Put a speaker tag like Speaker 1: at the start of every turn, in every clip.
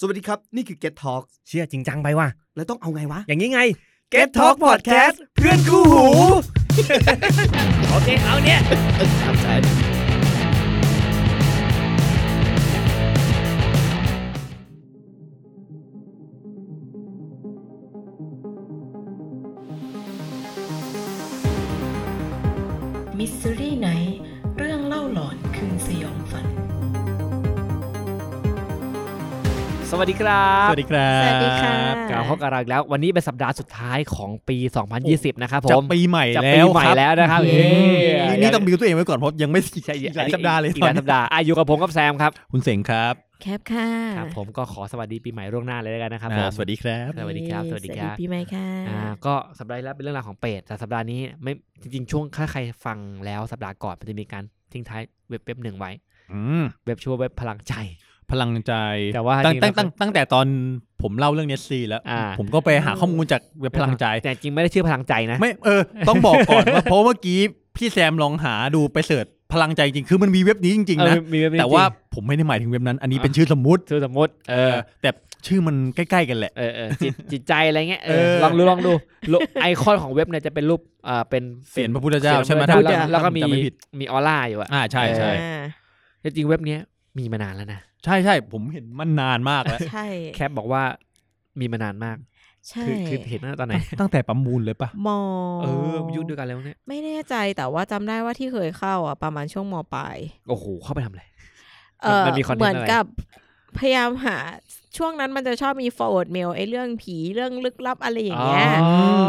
Speaker 1: สวัสดีครับ นี่คือ Get Talk
Speaker 2: เชื่อจริงจังไปว่ะ
Speaker 1: แล้วต้องเอาไงวะ
Speaker 2: อย่างนี้ไง
Speaker 1: Get Talk Podcast เพื่อนคู่หู
Speaker 2: โอเค เอาเนี่ย
Speaker 3: มิสซิรี่ไนท์เรื่องเล่าหลอนคืนสยองฝัน
Speaker 4: สวัสดีครับ
Speaker 2: สวัสดีครับ
Speaker 5: สวัสดีค่ะ
Speaker 4: กลับมาพบกับเราอีกแล้ว วันนี้เป็นสัปดาห์สุดท้ายของปี 2020 นะครับผ
Speaker 2: จะ
Speaker 4: ม
Speaker 2: ปีใหม่
Speaker 4: จะ
Speaker 2: แล้ว
Speaker 4: ปีใหม่
Speaker 2: ครับ
Speaker 4: แล้วนะครับ
Speaker 2: เย้นี่นี่ต้องบิ
Speaker 4: มี
Speaker 2: วตัวเองไว้ก่อนเพราะยังไม่ ใช่อีกหลายสัปดาห์เลย
Speaker 4: อีกหลายสัปดาห์อายุกับผมกับแซมครับ
Speaker 2: คุณเสงครับ
Speaker 5: แคปค่ะ
Speaker 4: ครับ ผมก็ขอสวัสดีปีใหม่ล่วงหน้าเลยแล้วกันนะครับผ
Speaker 2: อ่าม สวัสดีครับ
Speaker 4: สวัสดีครับสวัสดีครับ
Speaker 5: ปีใหม่ค่ะ
Speaker 4: อ่าก็สัปดาห์ที่แล้วเป็นเรื่องราวของเป็ดแต่สัปดาห์นี้ไม่จริงๆช่วงถ้าใครฟังแล้วสัปดาห์ก่อนมันจะมีการทิ้งท้ายเว็บเว็บหนึ่งไว้
Speaker 2: อืม
Speaker 4: เว็บชื่อว่าเว็บพลังใจ
Speaker 2: พลังใจ
Speaker 4: แต่ว่า
Speaker 2: ตั้ง
Speaker 4: จริงๆ
Speaker 2: ตั้งตั้งตั้งแต่ตอนผมเล่าเรื่องเนสซีแล้ว
Speaker 4: อ่า
Speaker 2: ผมก็ไปหาข้อมูลจากเว็บพลังใจ
Speaker 4: แต่จริงไม่ได้ชื่อพลังใจนะ
Speaker 2: ไม่เออ ต้องบอกก่อนว่าเพรา ะเมื่อกี้พี่แซมลองหาดูไปเสิร์ชพลังใจจริงคือมันมีเว็บนี้จริงๆนะ
Speaker 4: เออมีเว็บนี้
Speaker 2: แต่ว่า
Speaker 4: จริง
Speaker 2: ผมไม่ได้หมายถึงเว็บนั้น อันนี้
Speaker 4: อ่ะ
Speaker 2: เป็นชื่อสมมุติ
Speaker 4: ชื่อสมมติเอ
Speaker 2: เอ
Speaker 4: อ
Speaker 2: อ แต่ชื่อมันใกล้ๆกันแหละ
Speaker 4: เออเออจิต จิตใจอะไรเงี้ยเออ
Speaker 2: เออ
Speaker 4: ลองดูลองดู โลไอคอนของเว็บเนี่ยจะเป็นรูปอ่าเป็น
Speaker 2: เสียนพระพุทธเจ้า
Speaker 4: เสี
Speaker 2: ใช่
Speaker 4: ย
Speaker 2: ไหม
Speaker 4: นพระพุทธ
Speaker 2: ถ้า
Speaker 4: เจ้าแล้วก็
Speaker 2: ถ้าผ
Speaker 4: มี
Speaker 2: จำไผิด
Speaker 4: มีออร่าอยู่อะ
Speaker 2: อ่าใช่ใช่
Speaker 4: จริงๆเว็บเนี้ยมีมานานแล้วนะ
Speaker 2: ใช่ใช่ผมเห็นมันนานมากแล้ว
Speaker 5: ใช่
Speaker 4: แคปบอกว่ามีมานานมาก
Speaker 5: ใช่
Speaker 4: คือคือเห็นตั้งแต่ตอนไหน
Speaker 2: ตั้งแต่ประมูลเลยปะ
Speaker 5: มอ
Speaker 4: เออยุคเด้วยวกันแล้วเนี่ย
Speaker 5: ไม่แน่ใจแต่ว่าจำได้ว่าที่เคยเข้าอ่ะประมาณช่วงมปลาย
Speaker 4: โอ้โหเข้าไปทำอะไร
Speaker 5: เออ
Speaker 4: มันมีคอนเทนต์อะไร
Speaker 5: เหมือนกับพยายามหาช่วงนั้นมันจะชอบมี forward mail ไอ้เรื่องผีเรื่องลึกลับอะไรอย่างเงี้ย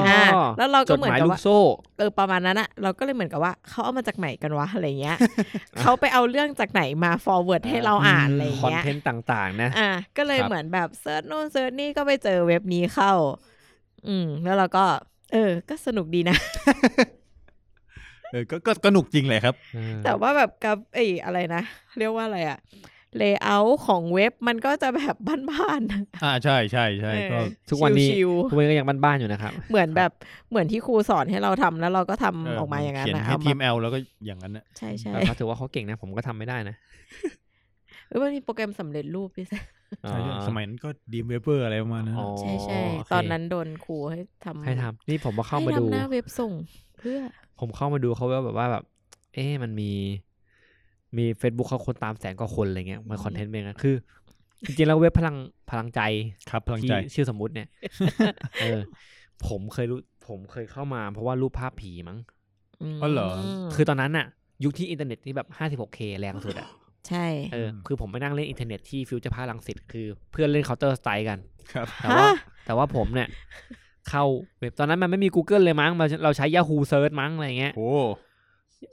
Speaker 5: อ่าแล้วเรา
Speaker 4: จ
Speaker 5: ก็
Speaker 4: ด
Speaker 5: เหมื
Speaker 4: ห
Speaker 5: อน
Speaker 4: มาย
Speaker 5: กับ
Speaker 4: ลูก
Speaker 5: ว่า
Speaker 4: โซ่
Speaker 5: เออประมาณนั้นอะเราก็เลยเหมือนกับว่าเขาเอามาจากไหนกันวะอะไรเงี้ย เขาไปเอาเรื่องจากไหนมา forward ให้เราอ่านอะไร
Speaker 4: คอน
Speaker 5: เงี้ย
Speaker 4: เทนต์ต่างๆ นะ
Speaker 5: อ่ะก็เลย
Speaker 4: ครับ
Speaker 5: เหมือนแบบเซิร์ชโน่นเซิร์ชนี่ก็ไปเจอเว็บนี้เข้า อืม แล้วเราก็ เออ ก็สนุกดีนะ
Speaker 2: เออก็ก็ก็หนุกจริงเลยครับ
Speaker 4: เออ
Speaker 5: แต่ว่าแบบกับไอ้อะไรนะ เรียกว่าอะไรอะเลเยอร์ของเว็บมันก็จะแบบบ้านๆนะ
Speaker 2: อ่าใช่ใช่ใช่ก็
Speaker 5: เออ
Speaker 4: ทุกวันนี้
Speaker 5: ชิว
Speaker 4: ทุกวันนก็ยังบ้านๆอยู่นะครับ
Speaker 5: ๆเหมือนแบบเหมือนที่ครูสอนให้เราทำแล้วเราก็ทำ
Speaker 2: เ
Speaker 5: ออกมาอย่างนั้น
Speaker 2: เขียน
Speaker 5: นะ
Speaker 2: ให้
Speaker 5: เอา
Speaker 2: ที
Speaker 5: มาม
Speaker 2: แอลแล้วก็อย่างนั้นนะ
Speaker 5: ใช่ใช่
Speaker 4: แต่เขาถือว่าเขาเก่งนะ ผมก็ทำไม่ได้นะ
Speaker 5: เออมันมีโปรแกรมสำเร็จรูปด้วย ซ้ำ
Speaker 2: ใช่ใช่
Speaker 4: อ๋อ
Speaker 2: สมัยนั้นก็ดีมเวเบอร์อะไรประมาณนั้น
Speaker 4: อ๋อ
Speaker 5: ใช่ใช่
Speaker 4: โเค
Speaker 5: ตอนนั้นโดนครูให้ทำ
Speaker 4: ให้ทำนี่ผมมาเข้า
Speaker 5: ให้
Speaker 4: มาดู
Speaker 5: ทำหน้าเว็บส่งเพื่อ
Speaker 4: ผมเข้ามาดูเขาว่าแบบว่าแบบ เอ๊ะมันมี มี Facebook เขาคนตามแสนกว่าคนอะไรเงี้ยมันคอนเทนต์เป็นไงคือ จริงๆแล้วเว็บพลังพลังใจ
Speaker 2: ครับพลัง
Speaker 4: ที่
Speaker 2: ใจ
Speaker 4: ชื่อสมมุติเนี่ย เออ ผมเคยรู้ ผมเคยเข้ามาเพราะว่ารูปภาพผีมั้ง
Speaker 5: อืม
Speaker 2: อ๋อเหรอ
Speaker 4: คือตอนนั้นน่ะ ยุคที่อินเทอร์เน็ตนี่แบบ 56K แรงสุดอ่ะ
Speaker 5: ใช่
Speaker 4: เออ
Speaker 2: อืม
Speaker 4: คือผมไปนั่งเล่นอินเทอร์เน็ตที่ฟิวเจอร์พาร์คลังสิตคือเพื่อนเล่นเคาน์เตอร์สไตล์กัน
Speaker 2: ครับ
Speaker 4: แต่ว่า
Speaker 5: ฮะ
Speaker 4: แต่ว่าผมเนี่ย เข้าเว็บตอนนั้นมันไม่มี Google เลยมั้งเราเราใช้ Yahoo Search มั้งอะไรเงี้ย
Speaker 2: โอ้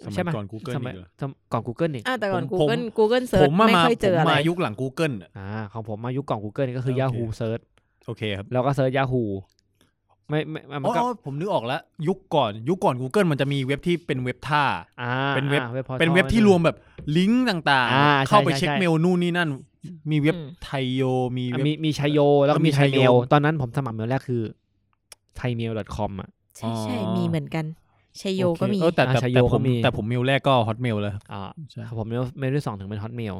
Speaker 2: สมั
Speaker 4: ใช่
Speaker 2: ย
Speaker 4: ปะ
Speaker 2: ก่อน Google
Speaker 4: ส
Speaker 2: อี
Speaker 4: มัย
Speaker 2: กเหรอ
Speaker 4: สมก่อน Google อีก
Speaker 5: อ่ะแต่ก่อน
Speaker 2: ผมผม
Speaker 5: Google Google Search
Speaker 2: มา
Speaker 5: ไม่
Speaker 2: มา
Speaker 5: ค่อย
Speaker 2: ผ
Speaker 5: เจ
Speaker 2: ม
Speaker 5: ออะไร
Speaker 2: มายุคหลัง Google อ่ะ
Speaker 4: อ่าของผมมายุคก่อน Google นี่ก็คือ
Speaker 2: โอเค
Speaker 4: Yahoo Search
Speaker 2: โอเคครับ
Speaker 4: แล้วก็ Search Yahoo ไม่ไม่มัน
Speaker 2: อ๋อ
Speaker 4: ก็
Speaker 2: อ๋อผมนึกออกแล้ว ยุคก่อน ยุคก่อน Google มันจะมีเว็บที่เป็นเว็บท่า
Speaker 4: อ่า
Speaker 2: เป็นเว็บ
Speaker 4: อ่าพอร์ทัล
Speaker 2: เป็นเว็บที่รวมแบบลิงก์ต่าง
Speaker 4: อ่าใช่
Speaker 2: ๆ เข้าไป
Speaker 4: ใช่
Speaker 2: เช็ค
Speaker 4: ใช่
Speaker 2: เมลนู่นนี่นั่น มีเว็บ
Speaker 5: อืม
Speaker 2: ไทโยมี
Speaker 4: อ่ะ
Speaker 2: เว็บ
Speaker 4: มีมีชัยโย แล้วก็
Speaker 2: มี
Speaker 4: มี
Speaker 2: ชั
Speaker 4: ชั
Speaker 2: ย
Speaker 4: ย
Speaker 2: โย
Speaker 4: เมล ตอนนั้นผมสมัครเมลแรกคือ thaimail.com อ่ะ
Speaker 5: ใช่ใช่
Speaker 2: อ๋อ
Speaker 5: มีเหมือนกันชัยโย
Speaker 2: อเค
Speaker 5: ก็มี
Speaker 2: เออแต่
Speaker 4: อ่า
Speaker 2: แต่
Speaker 4: ชัยโย
Speaker 2: แต่ผ
Speaker 4: ก็
Speaker 2: ม
Speaker 4: มี
Speaker 2: แต่ผมเมลแรกก็ฮอตเมลเลยครับ
Speaker 4: อ่า
Speaker 2: ใช่
Speaker 4: ครับผมเมลเมลที่สองถึงเป็น Hotmail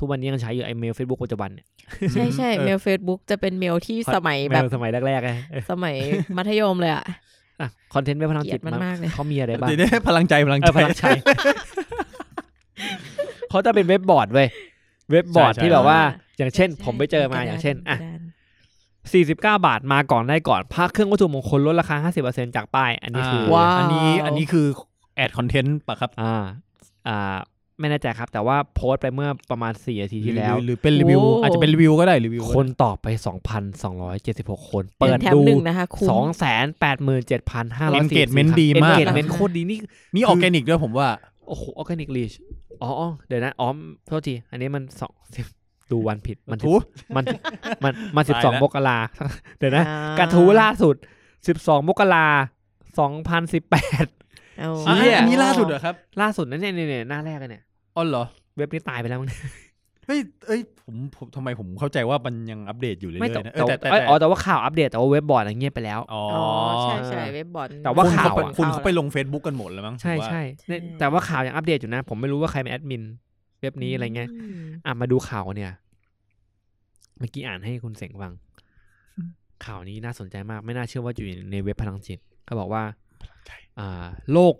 Speaker 4: ทุกวันนี้ยังใช้อยู่ไอเมล Facebook ปัจจุบันเนี่ย
Speaker 5: ใช่ใช่
Speaker 2: เออ
Speaker 5: เมล Facebook จะเป็นเมลที่สมัยแบบ
Speaker 4: เมลสมัยแรกๆไงเออ
Speaker 5: สมัยมัธยมเลยอ่ะ
Speaker 4: อ่ะคอนเทนต์เว็บพลัง
Speaker 5: เกลี
Speaker 4: จิ
Speaker 5: ย
Speaker 4: ต
Speaker 5: ดมัน
Speaker 4: มั้ง
Speaker 5: มากเลย
Speaker 4: เขามีอะไรบ้าง
Speaker 2: เดี๋ยวได้พลังใจพลัง
Speaker 4: เอ
Speaker 2: ใจ
Speaker 4: อพลังใจ เขาจะเป็นเว็บบอร์ดเว้ย เว็บบอร์ด
Speaker 2: ใช่ใช่
Speaker 4: ที่แบบว่า อย่างเช่น
Speaker 5: ใช่
Speaker 4: ผมไปเจอมาอย่างเช่น อ่ะ
Speaker 5: กรดาน
Speaker 4: 49 บาทมาก่อนได้ก่อนพระเครื่องวัตถุมงคลลดราคา 50%จากป้าย อันนี้คือ
Speaker 2: ว้าอันนี้อันนี้คือแอดคอนเทนต์ปะครับ
Speaker 4: อ่า อ่า ไม่แน่ใจครับ แต่ว่าโพสต์ไปเมื่อประมาณ 4 นาทีที่แล้ว
Speaker 2: หรือหรือเป็นรีวิว อาจจะเป็นรีวิวก็ได้รีวิวก็ได้
Speaker 4: คนตอบไป 2,276 คน
Speaker 5: เปิ
Speaker 4: เปิ
Speaker 5: ด
Speaker 4: ด
Speaker 5: แถม
Speaker 4: ดู
Speaker 5: หนึ่งนะคะคุ้ม
Speaker 4: 287,500
Speaker 2: Engagement ดีมาก
Speaker 4: Engagement โคตรดีนี่
Speaker 2: นี่ออร์แกนิกด้วยผมว่า
Speaker 4: โอ้โหออร์แกนิกลีชอ๋ออ๋อ เดี๋ยวนะอ๋อมโทษที อันนี้มันสอง ดูวันผิด มัน
Speaker 2: ทู
Speaker 4: 10มัน มัน มันสิบสอง
Speaker 2: ตายแล้
Speaker 4: ม
Speaker 2: ว
Speaker 4: กรา เดี๋ยวนะ กระทู้ล่าสุดสิบสองมกราสองพันสิบแปด
Speaker 5: เอา
Speaker 4: เชี่
Speaker 2: อะ
Speaker 4: ย
Speaker 2: อันนี้ล่าสุดเหรอครับ
Speaker 4: ล่าสุดนั่นเนี่ยเนี่ยเนี่ยหน้าแรกเลยเนี่ย
Speaker 2: อ๋อเหรอ
Speaker 4: เว็บนี้ตายไปแล้วมั้ง
Speaker 2: เฮ้ยเอ้ยผมผมทำไมผมเข้าใจว่ามันยังอัปเดตอยู่เรื่อ
Speaker 4: ไม่แต่
Speaker 2: ยๆนะเอ
Speaker 4: แต่ว่า
Speaker 2: อแต่แต่
Speaker 4: เอ้ยอ๋อ แต่ว่าข่าวอัปเดต แต่ว่าเว็บบอร์ดอะเงียบไปแล้ว
Speaker 2: อ๋อ
Speaker 5: อ๋อใช่ใช่เว็บบอร์ด
Speaker 4: แต่ว่า
Speaker 2: คุณ
Speaker 4: ข่าว
Speaker 2: เขไป
Speaker 4: อะ
Speaker 2: คุณเขาไปลง Facebook กันหมดแล้วมั้ง
Speaker 4: ใช่
Speaker 2: ผมว่า
Speaker 4: ใช่เนี่ยแต่ว่าข่าวยังอัปเดตอยู่นะ ผมไม่รู้ว่าใครเป็นแอดมินเว็บนี้อะไรเงี้ย
Speaker 5: ม
Speaker 4: อ่ะมาดูข่าวเนี่ย เมื่อกี้อ่านให้คุณเสงฟัง ข่าวนี้น่าสนใจมาก ไม่น่าเชื่อว่าอยู่ในเว็บพลังจิตเขาบอกว่าอ่า โลก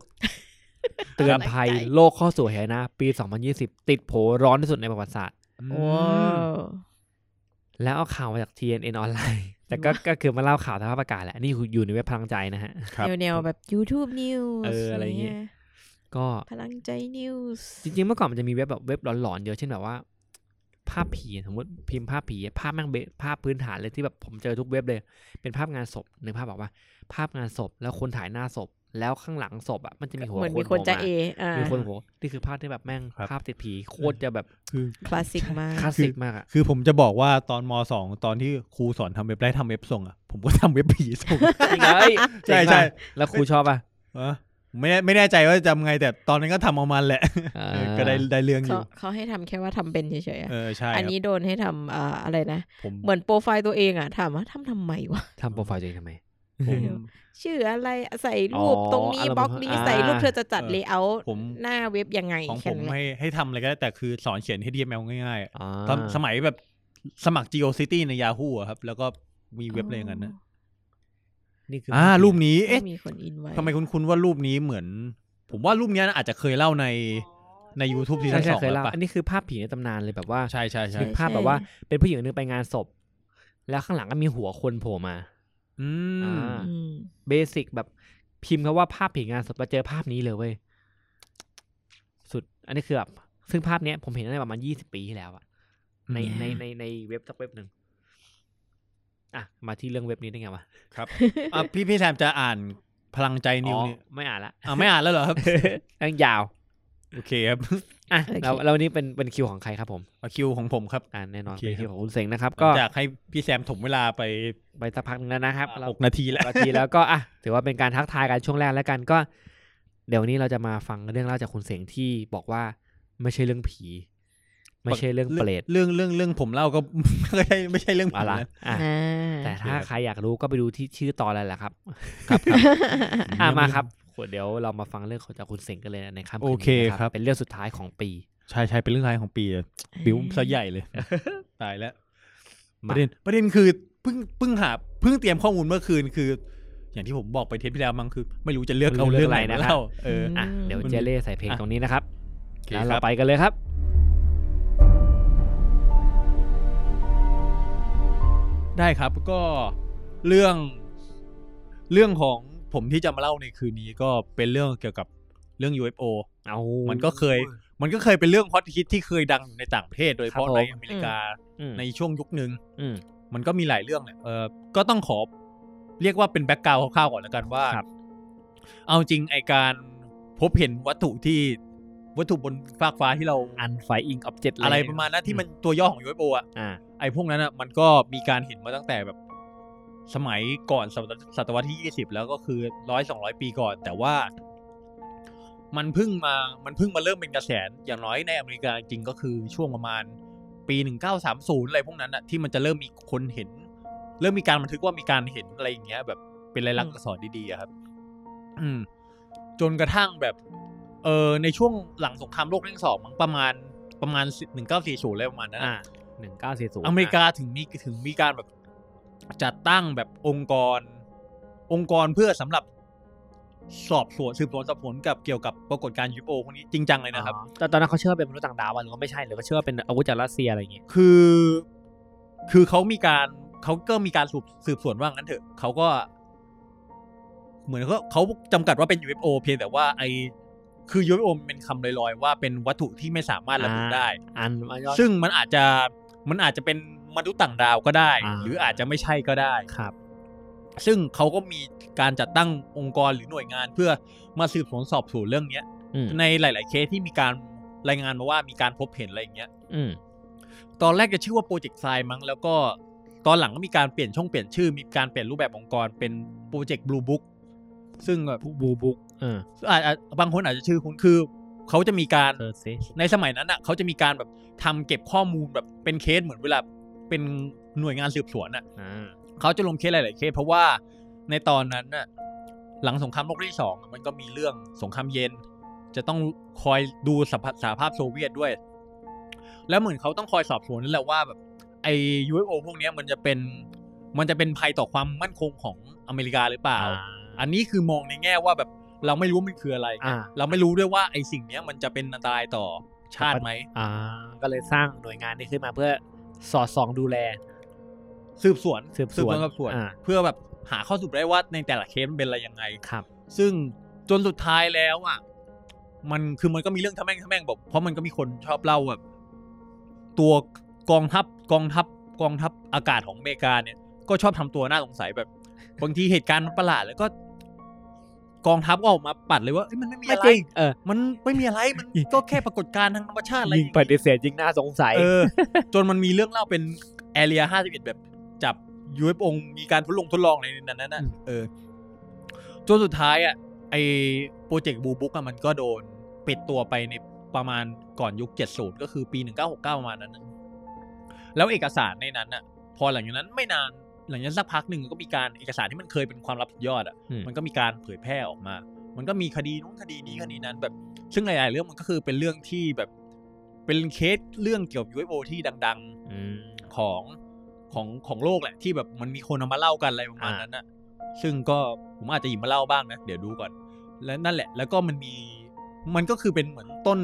Speaker 4: เตือนภัย
Speaker 5: พลังใจ
Speaker 4: โลกเข้าสู่เหนะ ปี 2020 ติดโผร้อนที่สุดในประวัติศาสตร์
Speaker 5: โอ้
Speaker 4: แล้วเอาข่าวมาจาก TNN ออนไลน์ แต่ ก็ก็คือมาเล่าข่าวทางภาพอากาศแหละ นี่คืออยู่ในเว็บพลังใจนะฮะ
Speaker 2: ครับ
Speaker 5: แนวๆแบบ YouTube News
Speaker 4: เอออะไรเงี้ย ก็
Speaker 5: พลังใจ News
Speaker 4: จริงๆ เมื่อก่อนมันจะมีเว็บแบบเว็บหลอนๆเยอะเช่นแบบว่า ภาพผีสมมติพิมพ์ภาพผีภาพแม่งเบภาพพื้นฐานเลยที่แบบผมเจอทุกเว็บเลย เป็นภาพงานศพหนึ่งภาพบอกว่า ภาพงานศพแล้วคนถ่ายหน้าศพ แล้วข้างหลังศพอ่ะมันจะมีหัว
Speaker 5: เหมือน
Speaker 4: ค
Speaker 5: มี
Speaker 4: น
Speaker 5: คน
Speaker 4: โผล่
Speaker 5: จะเออ่า
Speaker 4: มามีคนหัวนี่คือภาพที่แบบแม่ง
Speaker 2: ครับ
Speaker 4: ภาพติดผีโคตรจะแบบ
Speaker 2: คือ
Speaker 5: คลาสสิกมาก
Speaker 4: คลาสสิกมากอ่ะ
Speaker 2: คือผมจะบอกว่าตอนมสองตอนที่ครูสอนทำเว็บไล่ทำเว็บส่งอ่ะผมก็ทำเว็บผีส่ง
Speaker 4: จริงเหรอเอ้ย
Speaker 2: ใช่ใช่
Speaker 4: เจ๋งมากแล้วครูชอบป่ะ
Speaker 2: เออ ไม่แน่ไม่แน่ใจว่าจำไงแต่ตอนนั้นก็ทำเอามันแหละ
Speaker 4: เอ
Speaker 2: เออ
Speaker 4: อ
Speaker 2: ก็ได้ได้เรื่องอ
Speaker 5: เขา
Speaker 2: ยู่
Speaker 5: เขาให้ทำแค่ว่าทำเป็นเฉยๆอะ
Speaker 2: เออใช่
Speaker 5: อันนี้โดนให้ทำเอ่ออะไรนะ
Speaker 2: ผม
Speaker 5: เหมือนโปรไฟล์ตัวเองอ่ะ ถามว่าทำทำไมวะ
Speaker 4: ทำโปรไฟล์ตัวเองทำไม
Speaker 2: ผม
Speaker 5: ชื่ออะไรใส่รูป
Speaker 4: อ๋อ
Speaker 5: ตรงนี้
Speaker 4: อารมณ์
Speaker 5: บล็อกนี้
Speaker 4: อ่า
Speaker 5: ใส่รูปเธอจะจัดเลเยอร์
Speaker 2: ผม
Speaker 5: หน้าเว็บยังไง
Speaker 2: ของ
Speaker 5: แค่
Speaker 2: ผม
Speaker 5: นั้นแหละ
Speaker 2: ให้ให้ทำอะไรก็ได้แต่คือสอนเขียนให้ HTML ง่ายๆอะ
Speaker 4: อ่า
Speaker 2: ตอนสมัยแบบสมัคร GeoCity ใน Yahoo อะครับ แล้วก็มีเว็บอะไรอย่างนั้นนะ
Speaker 4: นี่คือ
Speaker 2: อ่า
Speaker 4: ภพผี
Speaker 2: รูปนี้เอ๊ะ
Speaker 5: ไม่มีคนอินไว้
Speaker 2: ทำไมคุ้นๆว่ารูปนี้เหมือน ผมว่ารูปเนี้ยอาจจะเคยเล่าในใน YouTube ซี
Speaker 4: ใช่
Speaker 2: ซั่น
Speaker 4: ใช่
Speaker 2: สอง
Speaker 4: เคย
Speaker 2: แล้
Speaker 4: เล่าว
Speaker 2: ปะ
Speaker 4: อันนี้คือภาพผีในตำนานเลยแบบว่า
Speaker 2: ใช่ใช่ใช่
Speaker 4: นึกภาพแบบว่าเป็นผู้หญิงคนนึงไปงานศพ แล้วข้างหลังก็มีหัวคนโผล่มา
Speaker 2: อืม
Speaker 4: อ่า
Speaker 5: อืม
Speaker 4: เบสิกแบบพิมพ์คาว่าภาพผีงานศพมาเจอภาพนี้เลยเว้ยสุด อันนี้คือแบบซึ่งภาพเนี้ยผมเห็นตั้งแต่ประมาณยี่สิบปีที่แล้วอะใน
Speaker 2: อืม
Speaker 4: ในในในเว็บสักเว็บหนึ่งอ่ะ มาที่เรื่องเว็บนี้ได้ไงวะ
Speaker 2: ครับอ่ะพี่พี่แซมจะอ่านพลังใจนิ
Speaker 4: อ๋
Speaker 2: ว
Speaker 4: อ
Speaker 2: เนี่ย
Speaker 4: ไม่อ่านละ
Speaker 2: อ่ะไม่อ่านแล้วเหรอ ครับ
Speaker 4: อันยาว
Speaker 2: โอเคครับ
Speaker 4: อ่ะแล้วแล้ววันนี้เป็นเป็นคิวของใครครับผม
Speaker 2: เอาคิวของผมครับ
Speaker 4: อ่าแน่นอน
Speaker 2: โอเค
Speaker 4: เป็นคิวของคุณเสงนะครับ
Speaker 2: ก็
Speaker 4: ก็
Speaker 2: จากให้พี่แซมถมเวลาไป
Speaker 4: ไปสักพักหนึงแล้วนะครับเรา
Speaker 2: หกนาทีแล้ว
Speaker 4: นาทีแล้วก็อ่ะถือว่าเป็นการทักทายกันช่วงแรกแล้วกันก็ เดี๋ยววันนี้เราจะมาฟังเรื่องเล่าจากคุณเสียงที่บอกว่าไม่ใช่เรื่องผี ไม่ใช่เรื่องเปรต
Speaker 2: เรื่องเรื่องเรื่องผมเล่าก็ ไม่ใช่ไม่ใช่เรื่องผี
Speaker 4: อะไร
Speaker 2: นะ
Speaker 4: อ่ะ
Speaker 5: อ่า
Speaker 4: แต่ถ้าใครอยากรู้ก็ไปดูที่ชื่อตอนแล้วแหละครับ
Speaker 2: ครั
Speaker 4: อ่ะ
Speaker 2: บ
Speaker 4: มาครับเดี๋ยวเรามาฟังเรื่องของจากคุณเสียงกันเลยในค่ำคืน
Speaker 2: โอ
Speaker 4: นี้
Speaker 2: เค
Speaker 4: นะครับ เป็นเรื่องสุดท้ายของปี
Speaker 2: ใช่ใช่เป็นเรื่องรายของปีอะบิ้วซะใหญ่ เลย ตายแล้ว ป
Speaker 4: มา
Speaker 2: ระเด็นประเด็นคือเพิ่งเพิ่งหาเพิ่งเตรียมข้อมูลเมื่อคืนคือ อย่างที่ผมบอกไปเทปที่แล้วมั้งคือ ไม่รู้จะเลือกเอาเรื่องไหนมาเล่าเออ
Speaker 4: อ่ะเดี๋ยวเจเล่ใส่เพลง
Speaker 2: อ่ะ
Speaker 4: ตรงนี้นะครับ
Speaker 2: โอเค
Speaker 4: แล้ว
Speaker 2: ค
Speaker 4: เรา
Speaker 2: รับ
Speaker 4: ไปกันเลยครับ
Speaker 2: ได้ครับก็เรื่องเรื่องของผมที่จะมาเล่าในคืนนี้ก็เป็นเรื่องเกี่ยวกับเรื่อง UFO
Speaker 4: เอามั
Speaker 2: มันก็เคย มันก็เคยเป็นเรื่องฮอตฮิตที่เคยดังอยู่ในต่างประเทศ โดยเฉพาะ
Speaker 4: ครับผม
Speaker 2: ในอเมริกาในช่วงยุคหนึ่ง มันก็มีหลายเรื่องแหละ เออก็ต้องขอเรียกว่าเป็นแบ็กกราวคร่าวๆก่อนแล้วกันว่า
Speaker 4: ครับ
Speaker 2: เอาจริงไอการพบเห็นวัตถุที่วัตถุบนฟากฟ้าที่เรา
Speaker 4: อันไฟอิงออบเจกต์
Speaker 2: อะไรประมาณนั้นที่มันตัวย่อของ UFO อ่ะ
Speaker 4: อ่า
Speaker 2: ไอพวกนั้นอ่ะมันก็มีการเห็นมาตั้งแต่แบบ สมัยก่อนศตศตวรรษที่ยี่สิบแล้วก็คือร้อยสองร้อยปีก่อน แต่ว่า มันเพิ่งมามันเพิ่งมาเริ่มเป็นกระแสอย่างน้อยในอเมริกาจริงก็คือช่วงประมาณ ปีหนึ่งเก้าสามศูนย์อะไรพวกนั้นอ่ะที่มันจะเริ่มมีคนเห็น เริ่มมีการบันทึกว่ามีการเห็นอะไรอย่างเงี้ย แบบเป็นลายลักษณ์อักษรดีๆอะครับ อืม จนกระทั่งแบบ เออในช่วงหลังสงครามโลกครั้งที่สองมั้งประมาณประมาณหนึ่งเก้าสี่ศูนย์อะไรประมาณนั้นอะ
Speaker 4: อ่าหนึ่งเก้าสี่ศูนย์
Speaker 2: อเมริกาถึงมีถึงมีการแบบจัดตั้งแบบองค์กร องค์กรเพื่อสำหรับสอบสวนสืบสวนสอบสวนกับเกี่ยวกับปรากฏการณ์ยูโอพวกนี้จริงจังเลยนะครับ
Speaker 4: แต่ตอนนั้นเขาเชื่อว่าเป็นมนุษย์ต่างดาวอะหรือว่าไม่ใช่หรือเขาเชื่อว่าเป็นอาวุธจากรัสเซียอะไรอย่างเงี้ย
Speaker 2: คือคือเขามีการเขาก็มีการสืบสืบสวนว่างั้นเถอะเขาก็ เหมือนเขาเขาจำกัดว่าเป็น UFO เพียงแต่ว่าไอคือ UFO มันเป็นคำลอยๆ ว่าเป็นวัตถุที่ไม่สามารถระบุได้
Speaker 4: อันอันยอด
Speaker 2: ซึ่งมันอาจจะมันอาจจะเป็นมนุษย์ต่างดาวก็ได้
Speaker 4: อ่า
Speaker 2: หรืออาจจะไม่ใช่ก็ได้
Speaker 4: ครับ
Speaker 2: ซึ่งเขาก็มีการจัดตั้งองค์กรหรือหน่วยงานเพื่อมาสืบสวนสอบสวนเรื่องเนี้ย
Speaker 4: อืม
Speaker 2: ในหลาย ๆ เคสที่มีการรายงานมาว่ามีการพบเห็นอะไรอย่างเงี้ย
Speaker 4: อืม
Speaker 2: ตอนแรกจะชื่อว่าโปรเจกต์ไซมั้งแล้วก็ตอนหลังก็มีการเปลี่ยนช่องเปลี่ยนชื่อ มีการเปลี่ยนรูปแบบองค์กรเป็นโปรเจกต์บลูบุ๊กซึ่งแบบ
Speaker 4: บูบุกเออ
Speaker 2: อาจอาจบางคนอาจจะชื่อคุ้นคือเขาจะมีการ
Speaker 4: เออซิ
Speaker 2: ในสมัยนั้นอ่ะเขาจะมีการแบบทำเก็บข้อมูลแบบเป็นเคสเหมือนเวลาเป็นหน่วยงานสืบสวนอ่ะ
Speaker 4: อ่า
Speaker 2: เขาจะลงเคสหลาย ๆ เคสเพราะว่าในตอนนั้นน่ะหลังสงครามโลกครั้งที่สองมันก็มีเรื่องสงครามเย็น จะต้องคอยดูสหภาสหภาพโซเวียตด้วย แล้วเหมือนเขาต้องคอยสอบสวนนั่นแหละว่าแบบ ไอ UFO พวกเนี้ยมันจะเป็นมันจะเป็นภัยต่อความมั่นคงของอเมริกาหรือเปล่า อันนี้คือมองในแง่ว่าแบบเราไม่รู้มันคืออะไร
Speaker 4: อ่า
Speaker 2: เราไม่รู้ด้วยว่าไอสิ่งเนี้ยมันจะเป็นอันตรายต่อชาติไหม
Speaker 4: อ่า ก็เลยสร้างหน่วยงานนี้ขึ้นมาเพื่อสอดส่องดูแล
Speaker 2: สืบสวน
Speaker 4: สืบสวน
Speaker 2: กับสวน
Speaker 4: อ่า
Speaker 2: เพื่อแบบหาข้อสรุปได้ว่าในแต่ละเคสมันเป็นอะไรยังไง
Speaker 4: ครับ
Speaker 2: ซึ่งจนสุดท้ายแล้วอ่ะมันคือมันก็มีเรื่องทะแม่งทะแม่งแบบเพราะมันก็มีคนชอบเล่าแบบตัวกองทัพกองทัพกองทัพอากาศของอเมริกาเนี่ย ก็ชอบทำตัวน่าสงสัยแบบ บางทีเหตุการณ์มันประหลาดแล้วก็ กองทัพก็ออกมาปัดเลยว่าเอ้ยมันไม่มี
Speaker 4: ไม่
Speaker 2: อะไร
Speaker 4: จริง เออ
Speaker 2: มันไม่มีอะไรมันก็แค่ปรากฏการณ์ทางธรรมชาติอะไรอ
Speaker 4: ยิ
Speaker 2: ย่าง งงี้
Speaker 4: ปฏิเสธยิงน่าสงสัย
Speaker 2: เออ จนมันมีเรื่องเล่าเป็นแอเรียห้าสิบเอ็ดแบบจับยูเอฟองมีการทดลองทดลองอะไรในนั้นน่ะ
Speaker 4: อืม
Speaker 2: เออ จนสุดท้ายอ่ะไอโปรเจกต์บูบุ๊กอ่ะมันก็โดนปิดตัวไปในประมาณก่อนยุคเจ็ดศูนย์ก็คือปีหนึ่งเก้าหกเก้าประมาณนั้นน่ะแล้วเอกสารในนั้นอ่ะ พอหลังจากนั้นไม่นาน หลังจากนั้นสักพักหนึ่งก็มีการเอกสารที่มันเคยเป็นความลับสุดยอดอ่ะ มันก็มีการเผยแพร่ออกมา มันก็มีคดีนู้นคดีนี้คดีนั้นแบบ ซึ่งหลายๆเรื่องมันก็คือเป็นเรื่องที่แบบ เป็นเคสเรื่องเกี่ยวกับ UFO ที่ดัง
Speaker 4: อืม
Speaker 2: ๆของของของโลกแหละ ที่แบบมันมีคนเอามาเล่ากันอะไรประมาณ
Speaker 4: อ่า
Speaker 2: นั้นน่ะ ซึ่งก็ผมอาจจะหยิบมาเล่าบ้างนะ เดี๋ยวดูก่อน แล้วนั่นแหละ แล้วก็มันมี มันก็คือเป็นเหมือนต้น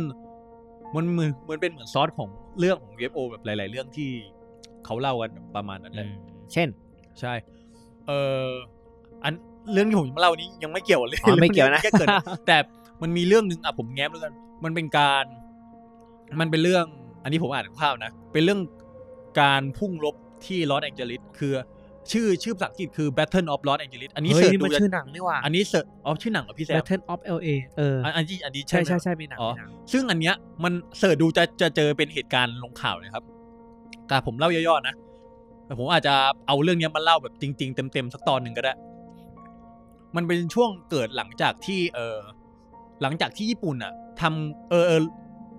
Speaker 2: มันเหมือนเหมือนเป็นเหมือนซอสของเรื่องของ UFO แบบหลาย ๆ เรื่องที่เขาเล่ากันประมาณนั้นแหละ
Speaker 4: เช่น
Speaker 2: ใช่ เอออันเรื่องที่ผมจะมาเล่านี้ยังไม่เกี่ยวเลย
Speaker 4: อ๋อไม่เกี่ยวนะ
Speaker 2: แค่เกิด แต่มันมีเรื่องหนึงอ่ะผมแง้มแล้วกัน มันเป็นการ มันเป็นเรื่อง อันนี้ผมอ่านคร่าวๆนะ เป็นเรื่องการพุ่งรบที่ลอสแองเจลิส คือ ชื่อชื่อภาษาอังกฤษคือ Battle of Los Angeles อันนี้
Speaker 4: เฮ้ย
Speaker 2: เสิร์ช
Speaker 4: นี่
Speaker 2: ดู
Speaker 4: มัน
Speaker 2: จะ
Speaker 4: ชื่อหนังนี่หว่า
Speaker 2: อันนี้เสิร์ชอ๋อชื่อหนังเหรอพี่แซม
Speaker 4: Battle of LA เออ
Speaker 2: อันอันนี้อันนี้
Speaker 4: ใช่
Speaker 2: ใช่ไหม
Speaker 4: ใช่ใช่มีหนัง
Speaker 2: อ๋อ
Speaker 4: มีหนัง
Speaker 2: ซึ่งอันเนี้ยมันเสิร์ชดูจะจะเจอเป็นเหตุการณ์ลงข่าวนะครับกาผมเล่าย่อๆนะแต่ผมอาจจะเอาเรื่องเนี้ยมาเล่าแบบจริง ๆ เต็มๆสักตอนหนึ่งก็ได้ มันเป็นช่วงเกิดหลังจากที่ เออหลังจากที่ญี่ปุ่นอะทำเออเออ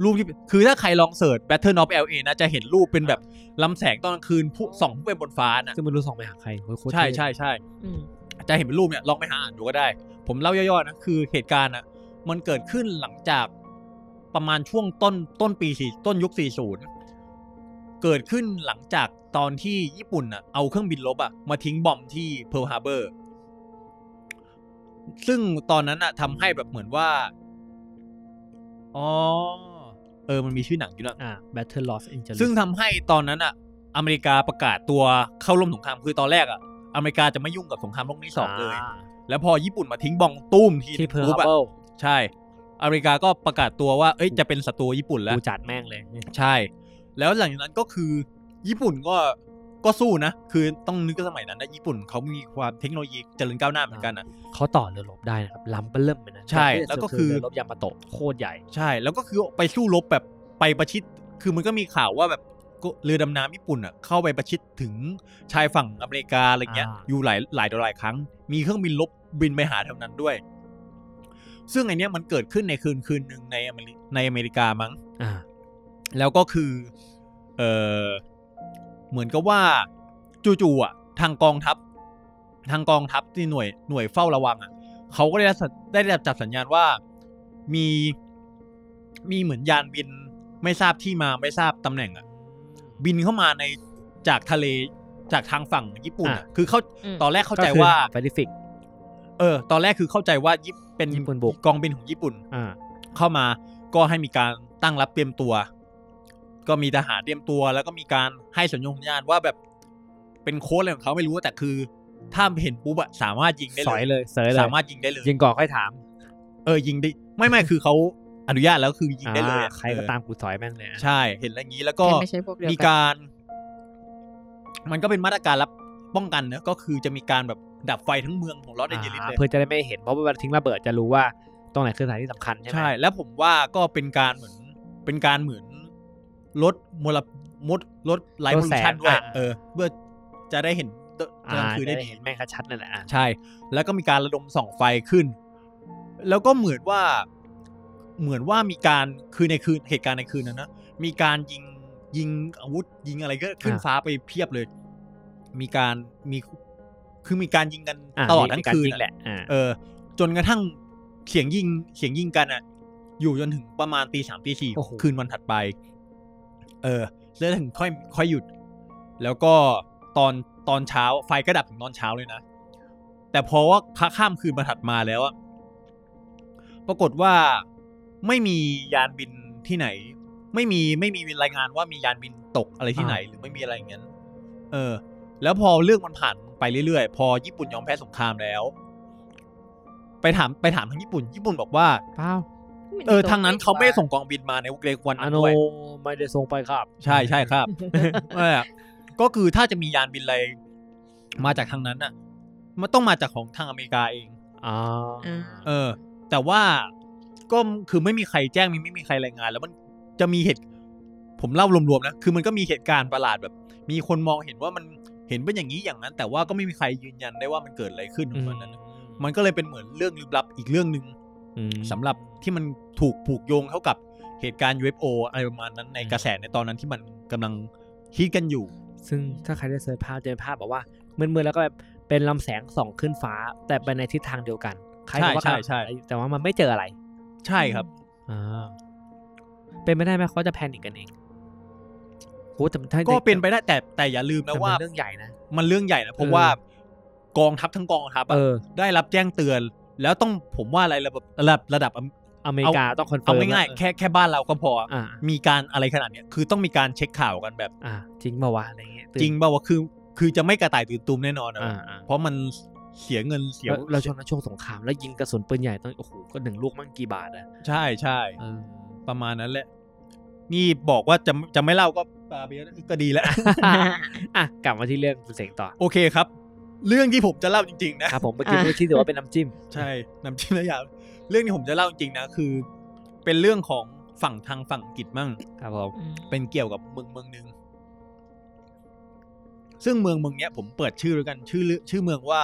Speaker 2: รูปที่คือถ้าใครลองเสิร์ช Battle of LA นะจะเห็นรูปเป็นแบบลำแสงตอนกลางคืนผู้ส่องผู้เป็นบนฟ้านะ
Speaker 4: ซึ่งไม่รู้ส่องไปหาใครโอ้ยโคตร
Speaker 2: ใช่
Speaker 4: เท่
Speaker 2: ใช่ใช่
Speaker 5: อืม
Speaker 2: จะเห็นเป็นรูปเนี่ยลองไปหาอ่านดูก็ได้ ผมเล่าย่อๆนะคือเหตุการณ์อ่ะมันเกิดขึ้นหลังจากประมาณช่วงต้นต้นปีสี่ต้นยุค 40 เกิดขึ้นหลังจากตอนที่ญี่ปุ่นอ่ะเอาเครื่องบินลบอ่ะมาทิ้งบอมบ์ที่เพิร์ลฮาร์เบอร์ ซึ่งตอนนั้นอ่ะทำให้แบบเหมือนว่า อ๋อ เออมันมีชื่อหนังอยู่นะ
Speaker 4: อ่า Battle Los Angeles
Speaker 2: ซึ่งทำให้ตอนนั้นอ่ะ อเมริกาประกาศตัวเข้าร่วมสงครามคือตอนแรกอ่ะ อเมริกาจะไม่ยุ่งกับสงครามโลกที่สองเลย
Speaker 4: า
Speaker 2: แล้วพอญี่ปุ่นมาทิ้งบองตุ้มที
Speaker 4: ที่เพิร์ล
Speaker 2: ปุ๊บ
Speaker 4: ฮาร์เบอ
Speaker 2: อะ
Speaker 4: ร์
Speaker 2: ใช่ อเมริกาก็ประกาศตัวว่า เอ้ยจะเป็นศัตรูญี่ปุ่นแล้ว
Speaker 4: กูจัดแม่งเลย
Speaker 2: ใช่ แล้วหลังจากนั้นก็คือ ญี่ปุ่นก็ก็สู้นะ คือต้องนึกว่าสมัยนั้นนะญี่ปุ่นเขามีความเทคโนโลยีเจริญก้าวหน้าเหมือนกันนะ
Speaker 4: เขาต่อเรือรบได้นะครับลำเบิ่มเลยนะ
Speaker 2: ใช่แล้วก็คือ
Speaker 4: เรือรบยามาโตะโคตรใหญ่
Speaker 2: ใช่ แล้วก็คือไปสู้รบแบบไปประชิด คือมันก็มีข่าวว่าแบบก็เรือดำน้ำญี่ปุ่นอ่ะเข้าไปประชิดถึงชายฝั่งอเมริกาอะไรเงี้ย
Speaker 4: อ่า
Speaker 2: อยู่หลายหลายต่อหลายครั้ง มีเครื่องบินลบบินไปหาแถวนั้นด้วย ซึ่งไอเนี้ยมันเกิดขึ้นในคืนคืนหนึ่งในอเมริในอเมริกามั้ง
Speaker 4: อ่า
Speaker 2: แล้วก็คือ เออเหมือนกับว่าจู่ๆอ่ะ ทางกองทัพ ทางกองทัพที่หน่วยหน่วยเฝ้าระวังอ่ะเขาก็ได้รับสัญได้รับจับสัญญาณว่ามีมีเหมือนยานบินไม่ทราบที่มาไม่ทราบตำแหน่งอ่ะ บินเข้ามาในจากทะเลจากทางฝั่งญี่ปุ่นอ่ะ
Speaker 4: อ่ะ
Speaker 2: คือเขา
Speaker 5: อืม
Speaker 2: ตอนแรกเข้าใจว่า
Speaker 4: แปซิฟิก
Speaker 2: เออ ตอนแรกคือเข้าใจว่าญี่เป็น
Speaker 4: ญี่ปุ่นบุก
Speaker 2: กองบินของญี่ปุ่น
Speaker 4: อ่า
Speaker 2: เข้ามาก็ให้มีการตั้งรับเตรียมตัว ก็มีทหารเตรียมตัว แล้วก็มีการให้สัญญงสัญญาณว่าแบบเป็นโค้ดอะไรของเขาไม่รู้แต่คือ ถ้าเห็นปุ๊บอะสามารถยิงได้
Speaker 4: สอยเลยเสยเลย
Speaker 2: สามารถยิงได้เลย
Speaker 4: ยิงก่อนค่อยถาม
Speaker 2: เออยิงได้ไม่ไม่คือเขาอนุญาตแล้วคือยิงได้เลย
Speaker 4: อ่า
Speaker 2: อะ
Speaker 4: ใครก็ตามกูสอยแม่งเลย
Speaker 2: ใช่เห็นแล้วงี้แล้วก็
Speaker 5: แค่ไม่ใช่พวกเดียว
Speaker 2: มี
Speaker 5: กัน
Speaker 2: การ มันก็เป็นมาตรการรับป้องกันเนอะก็คือจะมีการแบบดับไฟทั้งเมืองของลอสแองเจลิส
Speaker 4: อ่า
Speaker 2: เลย
Speaker 4: เพื่อจะได้ไม่เห็นเพราะเวลาทิ้งระเบิดจะรู้ว่าตรงไหนคือสถานที่สำคัญใช่ไหม
Speaker 2: ใช่ แล้วผมว่าก็เป็นการเหมือนเป็นการเหมือนลดมลมดลดไลท์พอลูชันด้วยเออเพื่อจะได้เห็นกลาง
Speaker 4: อ่า
Speaker 2: คืน
Speaker 4: จะ
Speaker 2: ได้
Speaker 4: ได้
Speaker 2: ดี
Speaker 4: เห็นแม่งชัดๆนั่นแหละอ่ะ
Speaker 2: ใช่ แล้วก็มีการระดมส่องไฟขึ้น แล้วก็เหมือนว่าเหมือนว่ามีการคือในคืนเหตุการณ์ในคืนนั้นนะมีการยิงยิงอาวุธยิงอะไรก็ขึ้นฟ้าไปเพียบเลย มีการมีคือมีการยิงกัน
Speaker 4: อ่ะ
Speaker 2: ตลอดทั้
Speaker 4: มี
Speaker 2: ง
Speaker 4: การ
Speaker 2: คืน
Speaker 4: ยิง
Speaker 2: อะ
Speaker 4: แหละอ่า
Speaker 2: เออจนกระทั่งเสียงยิงเสียงยิงกันอะอยู่จนถึงประมาณตีสามตีสี่คืนวันถัดไป เออแล้วถึงค่อยค่อยหยุด แล้วก็ตอนตอนเช้าไฟก็ดับถึงตอนเช้าเลยนะ แต่พอว่าค่าข้ามคืนมาถัดมาแล้วอะปรากฏว่าไม่มียานบินที่ไหน ไม่มีไม่มีรายงานว่ามียานบินตกอะไรที่ไหน หรือไม่มีอะไรอย่างนั้นเออ แล้วพอเรื่องมันผ่านไปเรื่อยๆ พอญี่ปุ่นยอมแพ้สงครามแล้ว ไปถามไปถามทางญี่ปุ่น ญี่ปุ่นบอกว่า
Speaker 4: เปล่า
Speaker 2: เออทางนั้นเขาไม่ส่งกองบินมาในเรกวัน
Speaker 4: อา
Speaker 2: นั้น
Speaker 4: โน
Speaker 2: ด้วย
Speaker 4: ไม่ได้ส่งไปครับ
Speaker 2: ใช่ใช่ครับ เออก็คือถ้าจะมียานบินอะไรมาจากทางนั้นน่ะ มันต้องมาจากของทางอเมริกาเอง
Speaker 4: อ่า
Speaker 5: อ่า
Speaker 2: เออ แต่ว่าก็คือไม่มีใครแจ้งมีไม่มีใครรายงาน แล้วมันจะมีเหตุ ผมเล่ารวมๆนะคือมันก็มีเหตุการณ์ประหลาดแบบ มีคนมองเห็นว่ามันเห็นเป็นอย่างนี้อย่างนั้น แต่ว่าก็ไม่มีใครยืนยันได้ว่ามันเกิดอะไรขึ้นของมันนั้นน่ะมันก็เลยเป็นเหมือนเรื่องลึกลับอีกเรื่องหนึ่ง
Speaker 4: อืม
Speaker 2: สำหรับที่มันถูกผูกโยงเข้ากับเหตุการณ์ UFO อะไรประมาณนั้นใน
Speaker 4: อืม
Speaker 2: กระแสในตอนนั้นที่มันกำลังฮิตกันอยู่
Speaker 4: ซึ่งถ้าใครได้เสิร์ชภาพจะเป็นภาพแบบว่ามืดๆแล้วก็แบบเป็นลำแสงส่องขึ้นฟ้า แต่ไปในทิศทางเดียวกันคล้ายกับว่า
Speaker 2: ใช่ใช่ใช่
Speaker 4: แต่ว่ามันไม่เจออะไร
Speaker 2: ใช่ครับ
Speaker 4: อ่าเป็นไม่ได้ไหมเขาจะแพนิคกันเองโหแต่ถ้า
Speaker 2: ก็เป็นไปได้แต่แต่อย่าลืม
Speaker 4: แต่
Speaker 2: นะ
Speaker 4: ว่า
Speaker 2: ว่า
Speaker 4: เรื่องใหญ่นะ
Speaker 2: มันเรื่องใหญ่นะ เพราะ
Speaker 4: เออ
Speaker 2: ว่ากองทัพทั้งกองทัพอะ
Speaker 4: เออ
Speaker 2: ได้รับแจ้งเตือน แล้วต้องผมว่าอะไรระดับระดับระดับอเม
Speaker 4: อเมริกาต้องคอนเฟิ
Speaker 2: เอา
Speaker 4: ร์ม
Speaker 2: ง่าย
Speaker 4: แล้ว
Speaker 2: ๆแค่แค่บ้านเราก็พออะ
Speaker 4: อ่า
Speaker 2: มีการอะไรขนาดเนี้ยคือต้องมีการเช็คข่าวกันแบบ
Speaker 4: อ่าจริงป่าวะอะไรเงี้ยตื่น
Speaker 2: จริงเปล่าว่าคือ คือจะไม่กระต่ายตื่นตูมแน่นอนนะ
Speaker 4: อ่าอ่า
Speaker 2: เพราะมันเสียเงินเสีย
Speaker 4: เราเราช่วงนั้นช่วงสงครามแล้วยิงกระสุนปืนใหญ่ต้องโอ้โหก็หนึ่งลูกมั่งกี่บาทอะ
Speaker 2: ใช่ใช่
Speaker 4: เออ
Speaker 2: ประมาณนั้นแหละ นี่บอกว่าจะจะไม่เล่าก็ปาเบียก็ดีแล้ว
Speaker 4: อ่ะกลับมาที่เรื่องคุณเสงต่อ
Speaker 2: โอเคครับ เรื่องที่ผมจะเล่าจริง ๆ นะ
Speaker 4: ครับผมเมื่อกี้
Speaker 5: อ่ะ
Speaker 4: เมื่อกี้ถือว่าเป็นน้ำจิ้ม
Speaker 2: ใช่น้ำจิ้มน้ำยาเรื่องที่ผมจะเล่าจริงๆนะคือ เป็นเรื่องของฝั่งทางฝั่งอังกฤษมั่ง
Speaker 4: ครับผม
Speaker 2: เป็นเกี่ยวกับเมืองเมืองหนึ่งซึ่งเมืองเมืองเนี้ยผมเปิดชื่อแล้วกันชื่อเรื่องชื่อเมืองว่า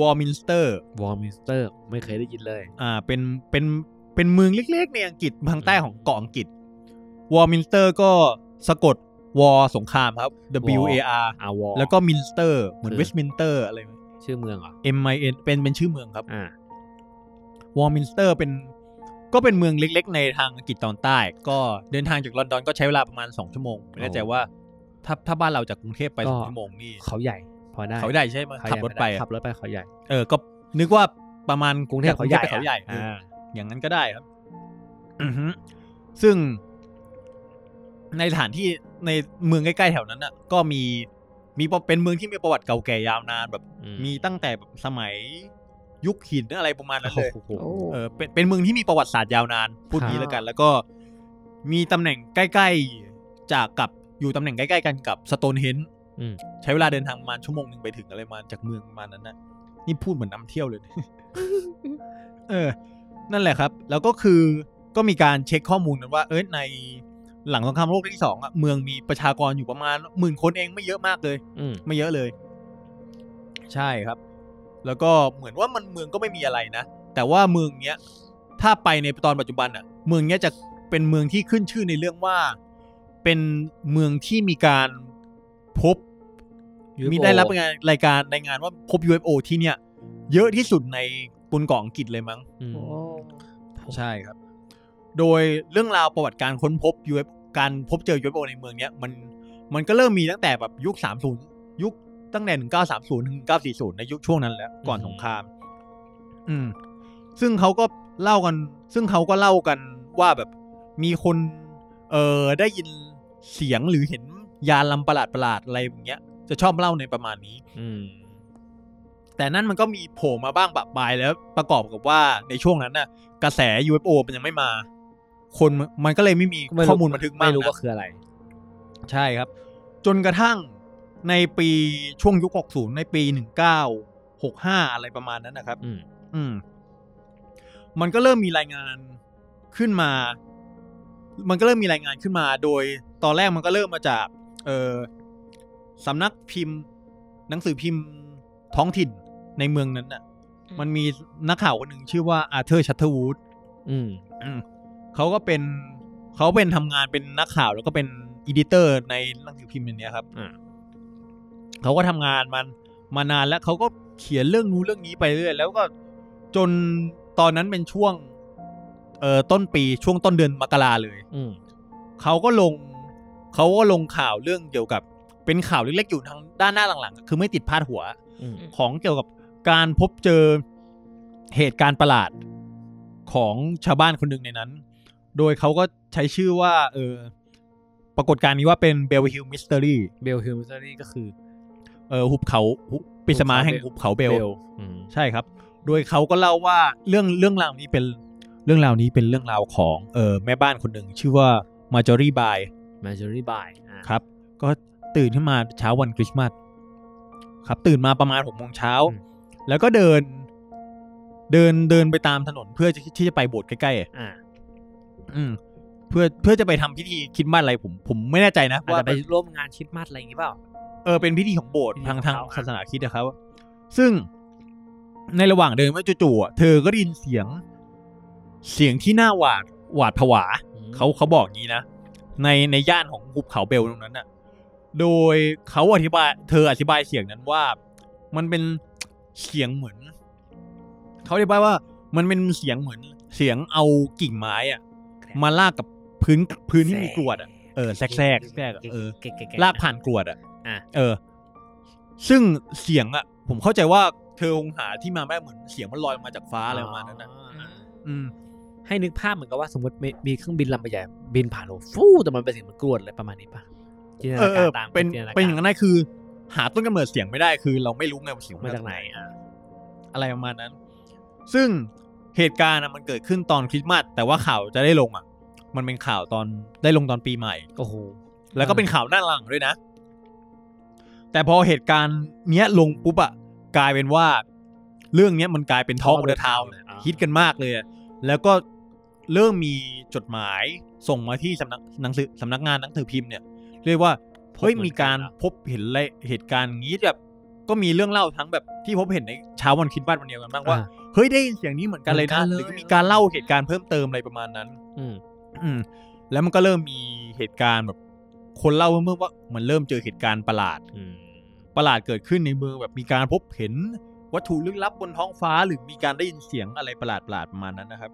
Speaker 2: วอร์มินสเตอร์
Speaker 4: วอร์มินสเตอร์ไม่เคยได้ยินเลย
Speaker 2: อ่าเป็นเป็นเป็นเมืองเล็กๆ ในอังกฤษทางใต้ของเกาะอังกฤษวอร์มินสเตอร์ก็สะกดวอสงครามครับ W A R
Speaker 4: อาวอ
Speaker 2: แล้วก็มินสเตอร์เหมือนเวสต์มินสเตอร์อะไร
Speaker 4: ชื่อเมืองเหรอ
Speaker 2: M I N เป็นเป็นชื่อเมืองครับ
Speaker 4: อ่าว
Speaker 2: อร์มินสเตอร์เป็นก็เป็นเมืองเล็ก ๆ ในทางอังกฤษตอนใต้ ก็เดินทางจากลอนดอนก็ใช้เวลาประมาณ 2 ชั่วโมงไม่แน่ใจว่าถ้าถ้าบ้านเราจากกรุงเทพไปสองชั่วโมงนี่
Speaker 4: เขาใหญ่ พอได้
Speaker 2: เขาได้ใช่ไหม
Speaker 4: เขาใหญ่
Speaker 2: ขับรถไป
Speaker 4: ด้
Speaker 2: อะ
Speaker 4: ขับรถไปเขาใหญ่
Speaker 2: เออก็นึกว่าประมาณ
Speaker 4: กรุงเทพ
Speaker 2: จาก
Speaker 4: เขาใหญ่
Speaker 2: ไปเขาใหญ่
Speaker 4: อ่า
Speaker 2: อย่างนั้นก็ได้ครับอือฮึซึ่งในสถานที่ในเมืองใกล้ๆแถวนั้นน่ะ ก็มีมีประเป็นเมืองที่มีประวัติเก่าแก่ยาวนานแบบ
Speaker 4: อื
Speaker 2: มีตั้งแต่แบบสมัยยุคหินอะไรประมาณนั้นเลย
Speaker 4: โอ้โห
Speaker 5: โอ้
Speaker 2: เออเป็นเป็นเมืองที่มีประวัติศาสตร์ยาวนาน พูด
Speaker 4: ครับ
Speaker 2: นี้แล้วกัน แล้วก็มีตำแหน่งใกล้ๆจากกับอยู่ตำแหน่งใกล้ๆกันกับสโตนเฮน
Speaker 4: อืม
Speaker 2: ใช้เวลาเดินทางประมาณชั่วโมงหนึ่งไปถึงอะไรประมาณจากเมืองประมาณนั้นนะนี่พูดเหมือนนำเที่ยวเลย เออ นั่นแหละครับ แล้วก็คือก็มีการเช็คข้อมูลกันว่า เอ้ยในหลังสงครามโลกครั้งที่สองอะเมืองมีประชากรอยู่ประมาณหมื่นคนเองไม่เยอะมากเลย
Speaker 4: อืม
Speaker 2: ไม่เยอะเลย ใช่ครับ แล้วก็เหมือนว่ามันเมืองก็ไม่มีอะไรนะ แต่ว่าเมืองเนี้ย ถ้าไปในตอนปัจจุบันอ่ะ เมืองเนี้ยจะเป็นเมืองที่ขึ้นชื่อในเรื่องว่า เป็นเมืองที่มีการพบ มีได้รับงานรายการรายงานว่าพบ UFO ที่เนี่ย เยอะที่สุดในบนเกาะอังกฤษเลยมั้ง
Speaker 4: อืม
Speaker 2: ใช่ครับ โดยเรื่องราวประวัติการค้นพบ UFO การพบเจอ UFO ในเมืองเนี้ยมันมันก็เริ่มมีตั้งแต่แบบยุค 30 ยุคตั้งแต่ 1930 ถึง 1940 ในยุคช่วงนั้นแล้ว ก่อน
Speaker 4: อืม
Speaker 2: สงคราม อืม ซึ่งเขาก็เล่ากัน ซึ่งเขาก็เล่ากันว่าแบบมีคน เอ่อได้ยินเสียงหรือเห็นยานลำประหลาดประหลาดๆอะไรอย่างเงี้ย จะชอบเล่าในประมาณนี้
Speaker 4: อืม
Speaker 2: แต่นั่นมันก็มีโผล่มาบ้างปะปลายแล้วประกอบกับว่าในช่วงนั้นน่ะ กระแส UFO มันยังไม่มา คนมันก็เลยไม่มี
Speaker 4: ไรู้
Speaker 2: ข้อมูลบันทึกมาก
Speaker 4: ไม่รู้ว่า
Speaker 2: นะ
Speaker 4: คืออะไร
Speaker 2: ใช่ครับ จนกระทั่งในปีช่วงยุค 60 ในปี 1965 อะไรประมาณนั้นนะครับ
Speaker 4: อืม
Speaker 2: อืม มันก็เริ่มมีรายงานขึ้นมา มันก็เริ่มมีรายงานขึ้นมา โดยตอนแรกมันก็เริ่มมาจาก เออสำนักพิมพ์ หนังสือพิมพ์ท้องถิ่นในเมืองนั้นน่ะ
Speaker 5: อืม
Speaker 2: มันมีนักข่าวคนหนึ่งชื่อว่าอาเธอร์ชัตเทอร์วูด
Speaker 4: อืม
Speaker 2: อืมเขาก็เป็นเขาเป็นทำงานเป็นนักข่าวแล้วก็เป็นอีดิเตอร์ในหนังสือพิมพ์อันเนี้ยครับ
Speaker 4: อ่า
Speaker 2: เขาก็ทำงานมันมานานแล้วเขาก็เขียนเรื่องนู้นเรื่องนี้ไปเรื่อยแล้วก็จนตอนนั้นเป็นช่วงเอ่อต้นปีช่วงต้นเดือนมกราเลย
Speaker 4: อืม
Speaker 2: เขาก็ลงเขาก็ลงข่าวเรื่องเกี่ยวกับ เป็นข่าวเล็กๆอยู่ทางด้านหน้าหลังๆ คือไม่ติดพาดหัว
Speaker 4: อืม
Speaker 2: ของเกี่ยวกับการพบเจอเหตุการณ์ประหลาดของชาวบ้านคนหนึ่งในนั้น โดยเขาก็ใช้ชื่อว่า เออ ปรากฏการณ์นี้ว่าเป็นเบลฮิลมิสเตอรี่
Speaker 4: เบลฮิลมิสเตอรี่ก็คือ
Speaker 2: เออหุบเขาหุบปริศมาแห่งหุบเขาเบล
Speaker 4: อืม
Speaker 2: ใช่ครับ โดยเขาก็เล่าว่าเรื่องเรื่องราวนี้เป็นเรื่องราวนี้เป็นเรื่องราวของเออแม่บ้านคนหนึ่งชื่อว่ามาจอรี่บาย
Speaker 4: มาจอรี่บาย
Speaker 2: ครับ ก็ตื่นขึ้นมาเช้าวันคริสต์มาสครับ ตื่นมาประมาณหกโมงเช้า แล้วก็เดิน เดินเดินไปตามถนนเพื่อที่ที่จะไปโบสถ์ใกล้ๆอ่ะ
Speaker 4: อ่า
Speaker 2: อืม เพื่อเพื่อจะไปทำพิธีคริดมาสอะไรผม ผมไม่แน่ใจนะ
Speaker 4: อาจ
Speaker 2: ว่า
Speaker 4: จะไปร่วมงานคริดมาสอะไรอย่างงี้เปล่า
Speaker 2: เออเป็นพิธีของโบสถ์ทาง
Speaker 4: พิธี
Speaker 2: ทาง
Speaker 4: ของเขา
Speaker 2: ศาสนาคริดนะครับ ซึ่งในระหว่างเดินว่าจู่ๆอ่ะเธอก็ได้ยินเสียง เสียงที่น่าหวาดหวาดผวา เขาเขาบอกงี้นะ ในในย่านของหุบเขาเบลตรงนั้นน่ะ โดยเขาอธิบาย เธออธิบายเสียงนั้นว่า มันเป็นเสียงเหมือน เขาอธิบายว่า มันเป็นเสียงเหมือน เสียงเอากิ่งไม้อะมาลากกับพื้นพื้นที่มีกรวดอะเออแทรกแทรกแทรกอะเออ
Speaker 4: เก๋ๆ
Speaker 2: ลากผ่านกรวดอะ
Speaker 4: อ่ะ
Speaker 2: เออ ซึ่งเสียงอะผมเข้าใจว่าเธอคงหาที่มาไม่ได้เหมือนเสียงมันลอยมาจากฟ้าอะไรประมาณนั้นนะ
Speaker 4: อ่า
Speaker 2: อืม
Speaker 4: ให้นึกภาพเหมือนกับว่าสมมติมีมีเครื่องบินลำใหญ่บินผ่านโลกฟูแต่มันเป็นเสียงเหมันกรวดอะไรประมาณนี้ป่ะจินต
Speaker 2: เอ
Speaker 4: นา
Speaker 2: อเอ
Speaker 4: การ
Speaker 2: อ
Speaker 4: ตาม
Speaker 2: เป็น
Speaker 4: จิตกร
Speaker 2: เป็นอย่างนั้นได้คือ หาต้นกำเนิดเสียงไม่ได้คือ เราไม่รู้ไงว่าเสียง
Speaker 4: มาจากไหนอ่ะ
Speaker 2: อะไรประมาณนั้น ซึ่งเหตุการณ์อะมันเกิดขึ้นตอนคริสต์มาสแต่ว่าข่าวจะได้ลงอ่ะ มันเป็นข่าวตอนได้ลงตอนปีใหม่
Speaker 4: โอ้โห
Speaker 2: แล้วก็เป็นข่าวหน้าหลังด้วยนะ แต่พอเหตุการณ์เนี้ยลงปุ๊บอะกลายเป็นว่า เรื่องเนี้ยมันกลายเป็นทอ
Speaker 4: Talk
Speaker 2: ล์ก
Speaker 4: of
Speaker 2: เด
Speaker 4: the
Speaker 2: อะทาว
Speaker 4: Town เลยอ่า
Speaker 2: ฮิตกันมากเลยอะแล้วก็เริ่มมีจดหมายส่งมาที่สำนักหนังสือสำนักงานหนังสือพิมพ์เนี่ย เรียกว่าเฮ้ยมีการพบเห็นอะไรเหตุการณ์งี้แบบก็มีเรื่องเล่าทั้งแบบที่พบเห็นในเช้าวันคริดบ้านวันเดียวกันบ้างว่า
Speaker 4: อ่ะ
Speaker 2: เฮ้ยได้ยินเสียงนี้เหมือนกันเลยนะ
Speaker 4: เหมือนกัน
Speaker 2: ห
Speaker 4: เลย
Speaker 2: รือมีการเล่าเหตุการณ์เพิ่มเติมอะไรประมาณนั้น
Speaker 4: อืม
Speaker 2: อืมแล้วมันก็เริ่มมีเหตุการณ์แบบ คนเล่าเมื่อว่ามันเริ่มเจอเหตุการณ์ประหลาด
Speaker 4: อืม
Speaker 2: ประหลาดเกิดขึ้นในเมืองแบบมีการพบเห็นวัตถุลึกลับบนท้องฟ้าหรือมีการได้ยินเสียงอะไรประหลาดประหลาดๆประมาณนั้นนะครับ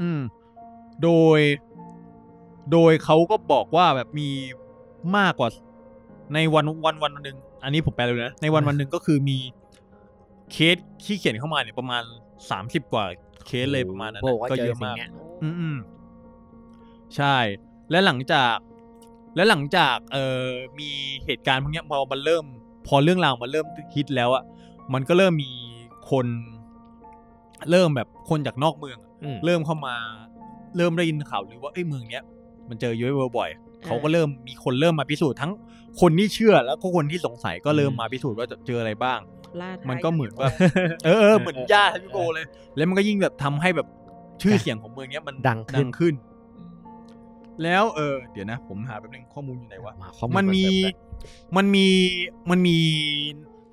Speaker 2: อืม โดย โดยเขาก็บอกว่าแบบมีมากกว่าในวันวันวันหนึ่งอันนี้ผมแปลเลยนะในวันวันหนึ่งก็คือมีเคสที่เขียนเข้ามาเนี่ยประมาณสามสิบกว่าเคสเลยประมาณนั้นนะ
Speaker 4: บอกว่า
Speaker 2: ก็
Speaker 4: เจ
Speaker 2: เย
Speaker 4: อ
Speaker 2: อะ
Speaker 4: สิ่
Speaker 2: มาง ก
Speaker 4: เนี้ย
Speaker 2: อืมอืมใช่ และหลังจาก และหลังจากเอ่อมีเหตุการณ์พวกเนี้ยพอมันเริ่ม พอเรื่องราวมันเริ่มฮิตแล้วอะมันก็เริ่มมีคน เริ่มแบบคนจากนอกเมืองอะ
Speaker 4: อืม
Speaker 2: เริ่มเข้ามา เริ่มได้ยินข่าวหรือว่าเอ้ยเมืองเนี้ยมันเจอยูเอฟโอบ่อยเขาก็เริ่มมีคนเริ่มมาพิสูจน์ทั้งคนที่เชื่อแล้วก็คนที่สงสัยก็เริ่มมาพิสูจน์ว่าจะเจออะไรบ้าง
Speaker 5: ล่าท้าย
Speaker 2: มันก็เหมือนว่า เออเออเหมือนญาติพี่โกเลย แล้วมันก็ยิ่งแบบทำให้แบบชื่อเสียงของเมืองเนี้ยมัน
Speaker 4: ดังขึ้น
Speaker 2: ขึ้น แล้วเออเดี๋ยวนะ ผมหาแป๊บนึงข้อมูลอยู่ไหนวะ
Speaker 4: าข้อล
Speaker 2: มันมี
Speaker 4: เพิ่เติได้
Speaker 2: มันมีมันมี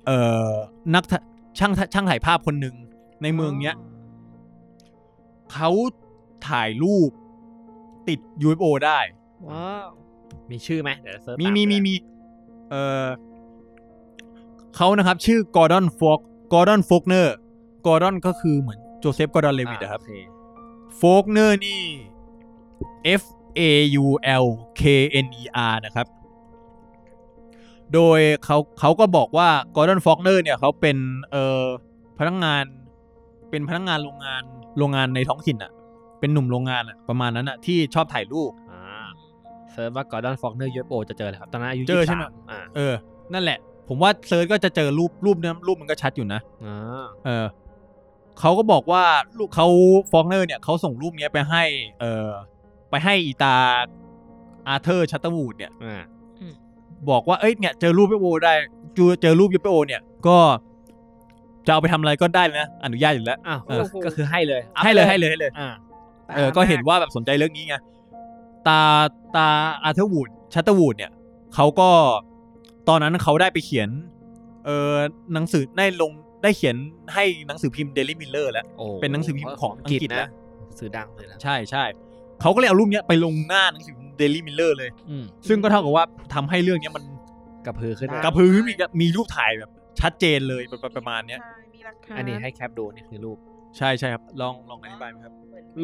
Speaker 2: เอ่อนักถ่าช่างช่างถ่ายภาพคนหนึ่งในเมืองเนี้ยเขาถ่ายรูปติด UFO ได้
Speaker 5: ว้าว
Speaker 4: มีชื่อไหมเดี๋ยวเราเซิร์ช
Speaker 2: มี
Speaker 4: ตา
Speaker 2: มี
Speaker 4: ก็
Speaker 2: มี
Speaker 4: ได้
Speaker 2: มีเออเขานะครับ ชื่อกอร์ดอนฟอกกอร์ดอนฟกเนอร์กอร์ดอนก็คือเหมือนโจเซฟกอร์ดอนเลวิดนะครับ
Speaker 4: อ่าโอเค
Speaker 2: ฟกเนอร์นี่ F A U L K N E R นะครับ โดยเขาเขาก็บอกว่ากอร์ดอนฟอกเนอร์เนี่ยเขาเป็นเออพนักงานเป็นพนักงานโรงงานโรงงานในท้องถิ่นอะเป็นหนุ่มโรงงานอะประมาณนั้นอะที่ชอบถ่ายรูป
Speaker 4: อ่าเซิร์ชว่ากอร์ดอนฟอกเนอร์ยูเอฟโอจะเจอเลยครับตอนนั้นอายุ
Speaker 2: เจอ
Speaker 4: ยี่สิบ
Speaker 2: ใช่ไหม
Speaker 4: สามอ่า
Speaker 2: เออ นั่นแหละ ผมว่าเซิร์ชก็จะเจอรูปรูปเนี้ยรูปมันก็ชัดอยู่นะ
Speaker 4: อ่า
Speaker 2: เออเขาก็บอกว่าลูกเขาฟองเนอร์เนี่ยเขาส่งรูปเนี้ยไปให้ เออไปให้อีตาอาเธอร์ชัตเตอร์วูดเนี่ย
Speaker 4: อ่า
Speaker 2: บอกว่าเอ้ยเนี่ยเจอรูปยูโอได้จูเจอรูปยูโอเนี่ย ก็จะเอาไปทำอะไรก็ได้นะ อนุญาตอยู่แล้ว
Speaker 4: อ้าว
Speaker 2: เออ
Speaker 4: ก็คือให้เลย
Speaker 2: ให้เลยให้เลยให้เลย
Speaker 4: อ่า
Speaker 2: เออ ก็เห็นว่าแบบสนใจเรื่องนี้ไง ตาตาอาร์เธอร์วูดชัตเตอร์วูดเนี่ยเขาก็ตอนนั้นเขาได้ไปเขียน เออหนังสือได้ลงได้เขียนให้หนังสือพิมพ์เดลิมิลเลอร์แล้ว
Speaker 4: โอ้
Speaker 2: เป็นหนังสือพิมพ์ของอังกฤษนะ
Speaker 4: สื่อดังเลยนะ
Speaker 2: ใช่ใช่เขาก็เลยเอารูปเนี้ยไปลงหน้าหนังสือเดลิมิลเลอร์เลย
Speaker 4: อืม
Speaker 2: ซึ่งก็เท่ากับว่าทำให้เรื่องเนี้ยมัน
Speaker 4: กระพือขึ้นมาก
Speaker 2: ระพือมีมีรูปถ่ายแบบชัดเจนเลยประประประมาณเนี้ย
Speaker 5: ใช่มีหลักฐาน
Speaker 4: อันนี้ให้แคปดูนี่คือรูป
Speaker 2: ใช่ใช่ครับ ลองลองอธิบายไหมครับ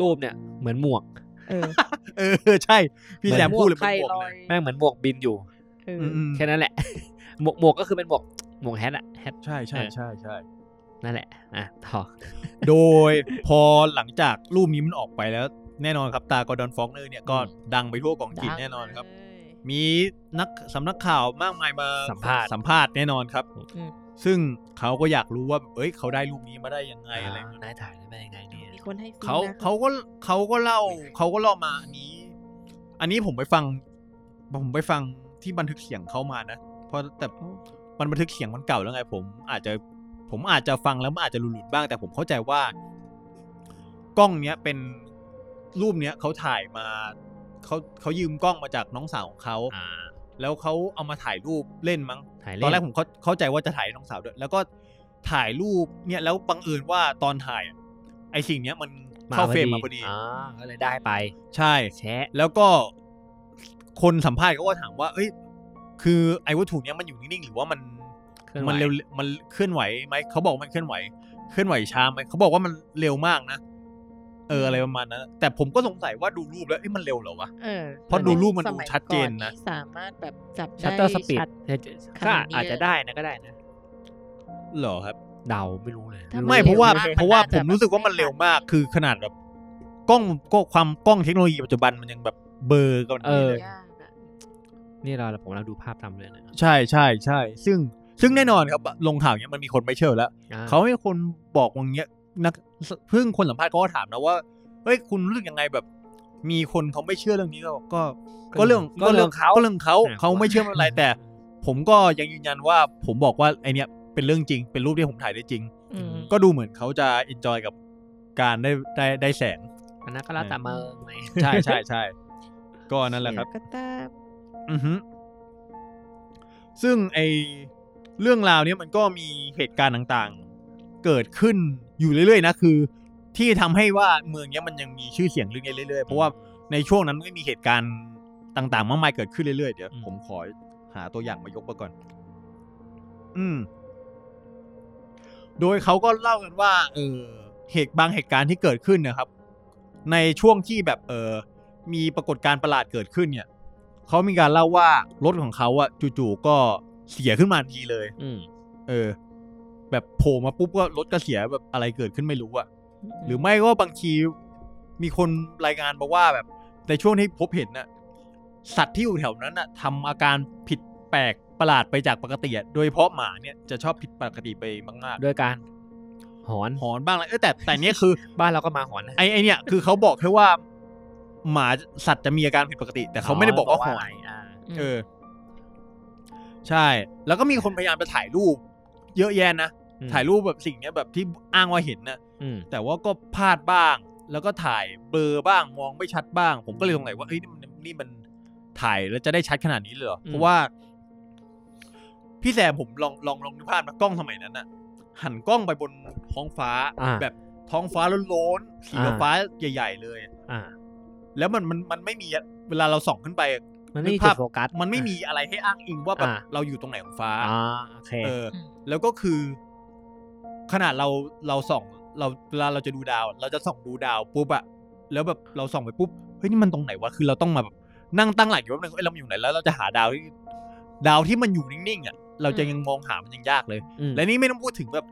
Speaker 4: รูปเนี่ยเหมือนหมวก
Speaker 5: เออ
Speaker 2: เออใช่ พี่แซมพูดเลย
Speaker 5: ใค
Speaker 2: เป็นหมวก
Speaker 5: รล
Speaker 2: เล
Speaker 5: อย
Speaker 2: ย
Speaker 4: แม่งเหมือนหมวกบินอยู่
Speaker 5: เออ
Speaker 2: อืม
Speaker 5: อ
Speaker 2: อืม
Speaker 4: แค่นั้นแหละ หมวกหมวกก็คือเป็นหมวกหมวกแฮทอะแฮท
Speaker 2: ใช่ใช่ใช่ใช่
Speaker 4: นั่นแหละอ่ะต่อ
Speaker 2: โดยพอหลังจากรูปนี้มันออกไปแล้ว แน่นอนครับตากอร์ดอนฟองเนอร์เนี่ยก็ดังไปทั่วกองกินแน่นอนครับ มีนักสำนักข่าวมากมายมา
Speaker 4: สัมภาษณ์
Speaker 2: สัมภาษณ์แน่นอนครับ
Speaker 5: อืม
Speaker 2: ซึ่งเขาก็อยากรู้ว่าเอ้ยเขาได้รูปนี้มาได้ยังไงอะไรเงี้ย
Speaker 4: นายถ่ายได้มายังไงเนี่ย
Speaker 5: มีคนให้ฟรี
Speaker 2: เขา
Speaker 5: นะ
Speaker 2: เขาก็เขาก็เล่าเขาก็เล่ามาอันนี้ อันนี้ผมไปฟัง ผมไปฟังที่บันทึกเสียงเขามานะเพราะแต่มันบันทึกเสียงมันเก่าแล้วไง ผมอาจจะผมอาจจะฟังแล้วมันอาจจะหลุดๆบ้าง แต่ผมเข้าใจว่า กล้องเนี้ยเป็นรูปเนี้ยเขาถ่ายมาเขาเขายืมกล้องมาจากน้องสาวของเขา
Speaker 4: อ่า
Speaker 2: แล้วเขาเอามาถ่ายรูปเล่นมั้ง
Speaker 4: ถ่ายเล่
Speaker 2: ตอนแรกผมเข้าเข้าใจว่าจะถ่ายน้องสาวด้วย แล้วก็ถ่ายรูปเนี่ยแล้วบังเอิญว่าตอนถ่ายอะไอสิ่งเนี้ยมันเข้าเฟรมมาพอดี
Speaker 4: อ่าก็เลยได้ไป
Speaker 2: ใช่
Speaker 4: แชะ
Speaker 2: แล้วก็คนสัมภาษณ์เขาก็ถามว่า เอ้ย คือไอ้วัตถุเนี้ยมันอยู่นิ่งๆ หรือว่ามัน
Speaker 4: เคลื่อนไหว
Speaker 2: มัเร็ว มันเคลื่อนไหวไหม เขาบอกว่ามันเคลื่อนไหว เคลื่อนไหวช้าไหม เขาบอกว่ามันเร็วมากนะ เอออะไรประมาณนั้น แต่ผมก็สงสัยว่าดูรูปแล้วเอ้ยมันเร็วเหรอวะ
Speaker 5: เออ
Speaker 2: เพราะดูรูปมันดู
Speaker 5: สย
Speaker 2: ชัดเจนนะ
Speaker 5: ก่อสามารถแบบจับได้
Speaker 4: ชัตเตอร์สปีด
Speaker 5: ชั ข
Speaker 4: ก็
Speaker 5: นาดนี้
Speaker 4: อาจจะได้นะก็ได้นะ
Speaker 2: เหรอครับ
Speaker 4: เดาไม่รู้เลย
Speaker 5: ถ้า
Speaker 2: ไม่
Speaker 5: มัน
Speaker 2: เพราะว่า
Speaker 5: เร็วมาก
Speaker 2: เพราะว่า
Speaker 5: มัน
Speaker 2: ผม
Speaker 5: น่าจะ
Speaker 2: รู้สึกว่ามันเร็วมากคือขนาดแบบกล้องก็ความกล้องเทคโนโลยีปัจจุบันมันยังแบบเบลอร์กัน
Speaker 4: เออ
Speaker 2: เลย
Speaker 5: ยากอะ
Speaker 4: นี่เราผมเราดูภาพทำเลยนะ
Speaker 2: ใช่ใช่ใช่ซึ่งซึ่งแน่นอนครับลงข่าวเนี้ยมันมีคนไม่เชื่อแล้ว
Speaker 4: อ่
Speaker 2: เขาให้คนบอกว่าเนี้ยนักเพิ่งคนสัมภาษณ์เขาก็ถามนะว่าเฮ้ยคุณรู้สึกยังไงแบบ มีคนเขาไม่เชื่อเรื่องนี้ก็ก็ก็เรื่อง
Speaker 4: ก็เรื่องเขา
Speaker 2: ก็เรื่องเขา
Speaker 4: อ่ะ
Speaker 2: เขาไม่เชื่อไม่เป็นไรแต่ ผมก็ยังยืนยันว่าผมบอกว่าไอเนี้ยเป็นเรื่องจริง เป็นรูปที่ผมถ่ายได้จริง
Speaker 5: อืม
Speaker 2: ก็ดูเหมือนเขาจะอินจอยกับการได้ได้ได้แสง
Speaker 4: อันนั้นก็แล้วแต่เมืองไง
Speaker 2: ใช่ใช่ใช่ ก็นั่นแหละครับ
Speaker 5: ก็ตาม
Speaker 2: อือฮึซึ่งไอเรื่องราวเนี้ยมันก็มีเหตุการณ์ต่างๆ เกิดขึ้นอยู่เรื่อยๆนะคือ ที่ทำให้ว่าเมืองเนี้ยมันยังมีชื่อเสียงเรื่องนี้เรื่อยๆ เพราะว่าในช่วงนั้นมันก็มีเหตุการณ์ต่างๆมากมายเกิดขึ้นเรื่อยๆเดี๋ยวผมขอหาตัวอย่างมายกมาก่อน อืม โดยเขาก็เล่ากันว่า เออเหตุบางเหตุการณ์ที่เกิดขึ้นนะครับ ในช่วงที่แบบเออมีปรากฏการณ์ประหลาดเกิดขึ้นเนี่ย เขามีการเล่าว่ารถของเขาอะจู่ๆก็เสียขึ้นมาทันทีเลย
Speaker 4: อืม
Speaker 2: เออ แบบโผล่มาปุ๊บก็รถก็เสียแบบอะไรเกิดขึ้นไม่รู้อะหรือไม่ก็บางทีมีคนรายงานมาว่าแบบในช่วงที่พบเห็นน่ะสัตว์ที่อยู่แถวนั้นน่ะทำอาการผิดแปลกประหลาดไปจากปกติอะโดยเฉพาะหมาเนี่ยจะชอบผิดปกติไปมาก
Speaker 4: ด้วยการหอน
Speaker 2: ๆหอนบ้างอะไรเออแต่แต่เนี้ยคือ
Speaker 4: บ้านเราก็มาหอนนะ
Speaker 2: ไอไอเนี่ยคือเขาบอกแค่ว่าหมาสัตว์จะมีอาการผิดปกติ แต่เขาไม่ได้บอกว่าหอ
Speaker 4: ะ
Speaker 2: น
Speaker 4: ไรอ่า
Speaker 2: เออ ใช่ แล้วก็มีคนพยายามจะถ่ายรูป เยอะแยะนะ ถ่ายรูปแบบสิ่งเนี้ยแบบที่อ้างว่าเห็นนะ
Speaker 4: อืม
Speaker 2: แต่ว่าก็พลาดบ้าง แล้วก็ถ่ายเบลอบ้างมองไม่ชัดบ้าง ผมก็เลยสงสัยว่าเอ้ยนี่มันนี่มันถ่ายแล้วจะได้ชัดขนาดนี้เลยเหรอเพราะว่า พี่แซมผมลองลองลองนึกภาพนะกล้องสมัยนั้นน่ะ หันกล้องไปบนท้องฟ้า
Speaker 4: อ่า
Speaker 2: แบบท้องฟ้าโล้นๆสี
Speaker 4: อ่า
Speaker 2: ฟ้าใหญ่ๆเลย
Speaker 4: อ่า
Speaker 2: แล้วมันมันมันไม่มีเวลาเราส่องขึ้นไป
Speaker 4: มันไม่มี
Speaker 2: นึก
Speaker 4: จุ
Speaker 2: ภา
Speaker 4: ด
Speaker 2: พ
Speaker 4: โฟกัส
Speaker 2: มันไม่มีอะไรให้อ้างอิงว่าแบบ
Speaker 4: อ่า
Speaker 2: เราอยู่ตรงไหนของฟ้า
Speaker 4: อ่าโอเค
Speaker 2: เออ แล้วก็คือ ขนาดเราเราส่อง เราเวลาเราจะดูดาว เราจะส่องดูดาวปุ๊บอะแล้วแบบเราส่องไปปุ๊บเฮ้ยนี่มันตรงไหนวะคือเราต้องมาแบบนั่งตั้งหลักอยู่แป๊บนึงเอ้ยเราอยู่ไหนแล้วเราจะหาดาวที่ดาวที่มันอยู่นิ่งๆอะเราจะยังมองหามันยังยากเลย
Speaker 4: ม
Speaker 2: และนี่ไม่ต้องพูดถึงแบบ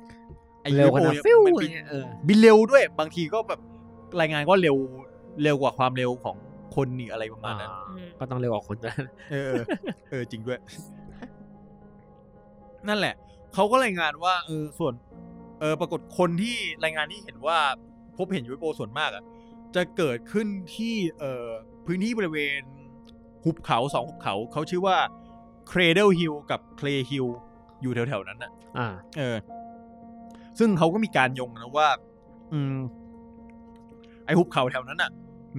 Speaker 2: ไอ้
Speaker 4: เร็วข
Speaker 2: UFO
Speaker 4: นาด
Speaker 2: เนี่ย
Speaker 4: ฟิว
Speaker 2: มัน
Speaker 4: เล
Speaker 2: บิ
Speaker 4: ย
Speaker 2: น
Speaker 4: เนี่ยเออ
Speaker 2: บินเร็วด้วย บางทีก็แบบรายงานก็เร็วเร็วกว่าความเร็วของคนนี่อะไรประมา
Speaker 4: อ่า
Speaker 2: ณนั้น
Speaker 4: ก็ต้องเร็วกว่าคนนะ
Speaker 2: เออ เออ จริงด้วย นั่นแหละ เขาก็รายงานว่าเออส่วน เออปรากฏคนที่รายงานที่เห็นว่า พบเห็นยูเอฟโอส่วนมากอ่ะ จะเกิดขึ้นที่เออพื้นที่บริเวณ หุบเขาสองหุบเขา เขาชื่อว่า Cradle Hill กับ Clay Hill อยู่แถวๆนั้นน่ะ
Speaker 4: อ่า
Speaker 2: เออ ซึ่งเขาก็มีการโยงนะว่า อืม ไอหุบเขาแถวนั้นอ่ะ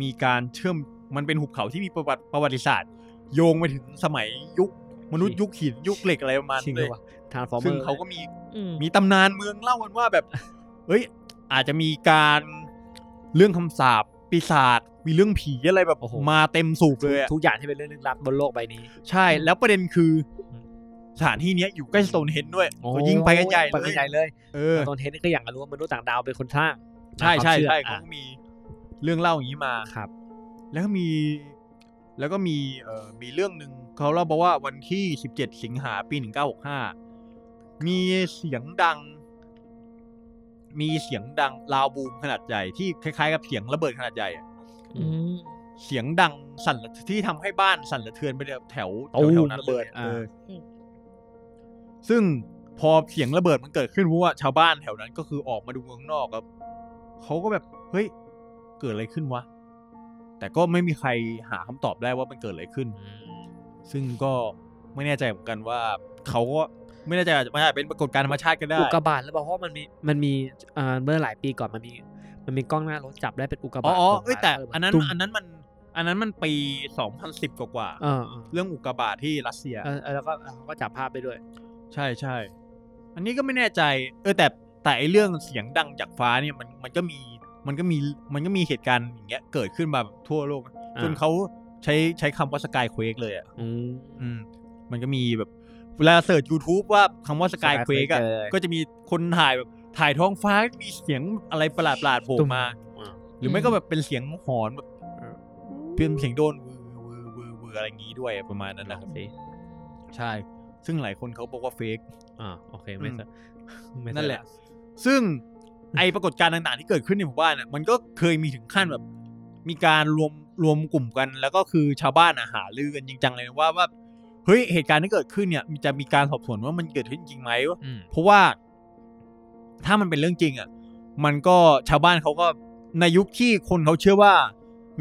Speaker 2: มีการเชื่อมมันเป็นหุบเขาที่มีประวัติประวัติศาสตร์ โยงไปถึงสมัยยุค มนุษย์ยุคหินยุคเหล็กอะไรประมาณ
Speaker 4: จริง
Speaker 2: นั้น
Speaker 4: เล
Speaker 2: เลย ย
Speaker 4: ว่ะทาร์ฟอร์เมอร์
Speaker 2: ซึ่งเขาก็มี
Speaker 5: อืม
Speaker 2: มีตำนานเมืองเล่ากันว่าแบบ เอ้ย อาจจะมีการเรื่องคำสาปปีศาจมีเรื่องผีอะไรแบบมาเต็มสูบเลยอะ
Speaker 4: ทุกอย่างที่เป็นเรื่องลึกลับบนโลกใบนี้
Speaker 2: ใช่แล้วประเด็นคืออ
Speaker 4: ม
Speaker 2: สถานที่เนี้ยอยู่ใกล้สโตนเฮนจ์ด้วย
Speaker 4: โอ้
Speaker 2: ก็ยิ่งไปกันใหญ่
Speaker 4: ไปกันใหญ่เลย
Speaker 2: เออ
Speaker 4: ตอนเทนนี่ก็อย่างกับรู้ว่ามนุษย์ต่างดาวเป็นคนสร้าง
Speaker 2: ใช่ใช่
Speaker 4: ตามความเอ
Speaker 2: ใช่เขา
Speaker 4: อ่ะ
Speaker 2: ก็มีเรื่องเล่าอย่างนี้มา
Speaker 4: ครับ
Speaker 2: แล้วก็มี แล้วก็มีเอ่อมีเรื่องหนึ่งเขาเล่าบอกว่าวันที่ 17 สิงหาปี 1965 มีเสียงดัง มีเสียงดังลาวบูมขนาดใหญ่ที่คล้ายๆกับเสียงระเบิดขนาดใหญ่อะ
Speaker 4: อื
Speaker 2: เสียงดังสั่นระที่ทำให้บ้านสั่นสะเทือนไปแถวแถว
Speaker 4: ตู้
Speaker 2: แถวๆนั้น
Speaker 4: ระ
Speaker 2: เล
Speaker 4: เบิ
Speaker 2: ย
Speaker 4: ด
Speaker 2: เอออ
Speaker 5: ม
Speaker 2: ซึ่งพอเสียงระเบิดมันเกิดขึ้นเพราะว่าชาวบ้านแถวนั้นก็คือออกมาดูข้างนอกครับเขาก็แบบเฮ้ยเกิดอะไรขึ้นวะแต่ก็ไม่มีใครหาคำตอบได้ว่ามันเกิดอะไรขึ้น ซึ่งก็ไม่แน่ใจเหมือนกันว่าเขาก็ไม่แน่ใจอาจจะอาจเป็นปรากฏการณ์ธรรมชาติก็ได้
Speaker 4: อุกกาบาตแล้วบอกเพราะว่ามันมีมันมีเอ่อเมื่อหลายปีก่อนมันมี มันมีกล้องหน้ารถจับได้เป็นอุกกา
Speaker 2: อ๋
Speaker 4: บา
Speaker 2: อ
Speaker 4: ต
Speaker 2: อ๋อ
Speaker 4: ตรง
Speaker 2: เอ้ยแต่
Speaker 4: เ
Speaker 2: อันนั้น
Speaker 4: ตุ้ม
Speaker 2: อันนั้นมัน อันนั้นมันปี 2010 กว่ากว่าๆ
Speaker 4: เออเออ
Speaker 2: เรื่องอุกกาบาตที่รัสเซีย
Speaker 4: เออเออแล้วก็เขาก็จับภาพไปด้วย
Speaker 2: ใช่ใช่ อันนี้ก็ไม่แน่ใจ เออแต่แต่ไอเรื่องเสียงดังจากฟ้าเนี่ยมันมันก็มีมันก็มีมันก็มีเหตุการณ์อย่างเงี้ยเกิดขึ้นมาแบบทั่วโลก จนเขาใช้ใช้คำว่าสกายเควกเลยอ่ะ
Speaker 4: อืม
Speaker 2: อืมมันก็มีแบบเวลาเสิร์ช YouTube ว่าคำว่าสกาย
Speaker 4: Sky
Speaker 2: เควกอะ
Speaker 4: Quake เลย
Speaker 2: ก็จะมีคนถ่ายแบบถ่ายท้องฟ้ามีเสียงอะไรประหลาดๆโผล่
Speaker 4: ตุ้ม
Speaker 2: มา หรือไม่ก็แบบเป็นเสียงหอนแบบเป็นเสียงโดนวือวือวือวืออะไรอย่างงี้ด้วยอะประมาณนั้นนะครับใช่ ซึ่งหลายคนเขาบอกว่าเฟก
Speaker 4: อ่าโอเคไม่ใช่ ไม่ใช่
Speaker 2: นั่นแหละ ซึ่ง ไอปรากฏการณ์ต่างๆ ที่เกิดขึ้นในหมู่บ้านเนี่ยมันก็เคยมีถึงขั้นแบบ มีการรวมรวมกลุ่มกัน แล้วก็คือชาวบ้านอะหาลือกันจริงจังเลยว่าว่าเฮ้ยเหตุการณ์ที่เกิดขึ้นเนี่ยมันจะมีการสอบสวนว่ามันเกิดขึ้นจริงไหม
Speaker 4: อืม
Speaker 2: เพราะว่าถ้ามันเป็นเรื่องจริงอะมันก็ชาวบ้านเขาก็ในยุคที่คนเขาเชื่อว่า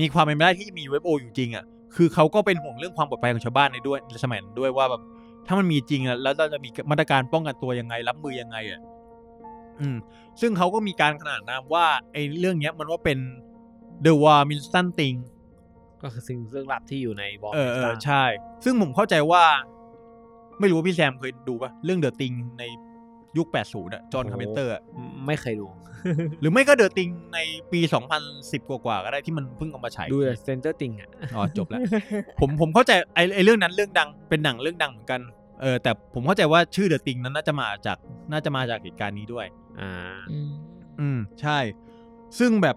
Speaker 2: มีความเป็นไปได้ที่จะมีเว็บโออยู่จริงอะคือเขาก็เป็นห่วงเรื่องความปลอดภัยของชาวบ้านในด้วยในสมัยนั้นด้วยว่าแบบ ถ้ามันมีจริงอะแล้วเราจะมีมาตรการป้องกันตัวยังไง รับมือยังไงอ่ะ อืม ซึ่งเขาก็มีการขนานนามว่าไอ้เรื่องเนี้ย มันว่าเป็น The War m i n s t o n Thing
Speaker 4: ก็คือสิ่งเรื่องลับที่อยู่ในบอล
Speaker 2: เออเออ
Speaker 4: ใช่
Speaker 2: ใช่ ซึ่งผมเข้าใจว่า ไม่รู้ว่าพี่แซมเคยดูปะเรื่อง The Thing ในยุค 80อะจอห์นคาร์เพนเตอร์
Speaker 4: ไม่เคยดู
Speaker 2: หรือไม่ก็ The Thing ในปี 2010 กว่าๆก็ได้ที่มันเพิ่งเอามาฉาย
Speaker 4: ดูเซนเตอร์ติงอ่ะ
Speaker 2: อ๋อจบแล้ว ผมผมเข้าใจไอไอเรื่องนั้นเรื่องดังเป็นหนังเรื่องดังเหมือนกันเออแต่ผมเข้าใจว่าชื่อเดอะติงนั้นน่าจะมาจากน่าจะมาจากเหตุการณ์นี้ด้วย
Speaker 4: อ่า
Speaker 5: อืม
Speaker 2: อืมใช่ ซึ่งแบบ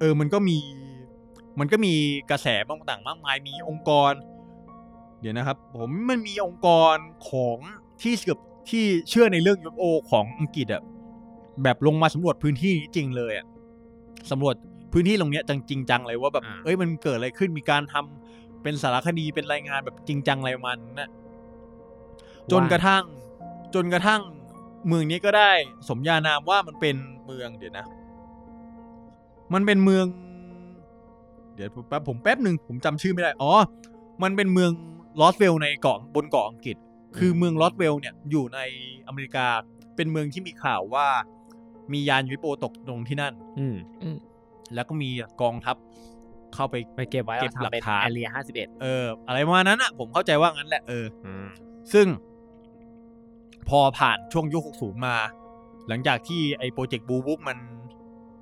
Speaker 2: เออมันก็มี มันก็มีกระแสบางต่างมากมายมีองค์กร เดี๋ยวนะครับ ผมมันมีองค์กรของที่เกือบที่เชื่อในเรื่อง UFO ของอังกฤษอะแบบลงมาสำรวจพื้นที่นี้จริงเลยอะสำรวจพื้นที่ตรงเนี้ยจังจริงจังเลยว่าแบบ
Speaker 4: อ่า
Speaker 2: เอ้ยมันเกิดอะไรขึ้นมีการทำเป็นสารคดีเป็นรายงานแบบจริงจังอะไรประมาณนั้นนะ จนกระทั่งจนกระทั่งเมืองนี้ก็ได้สมญานามว่ามันเป็นเมืองเดี๋ยวนะ มันเป็นเมือง เดี๋ยวแป๊บผมแป๊บหนึ่งผมจำชื่อไม่ได้ อ๋อ มันเป็นเมืองลอสเวลในเกาะบนเกาะอังกฤษ คือเมืองลอสเวลเนี่ยอยู่ในอเมริกา เป็นเมืองที่มีข่าวว่า มียานยูโปตกลงที่นั่น
Speaker 4: อืม
Speaker 2: แล้วก็มีกองทัพเข้าไป
Speaker 4: ไปเก็บไว้
Speaker 2: เก็บ
Speaker 4: แวทำ
Speaker 2: หลัก
Speaker 4: เป็น
Speaker 2: ฐาน
Speaker 4: แอเรียห้าสิบเอ็ด
Speaker 2: เออ อะไรประมาณนั้นอ่ะ ผมเข้าใจว่างั้นแหละเออ ซึ่งพอผ่านช่วงยุค 60 มา หลังจากที่ไอ้โปรเจกต์บูบุ๊กมัน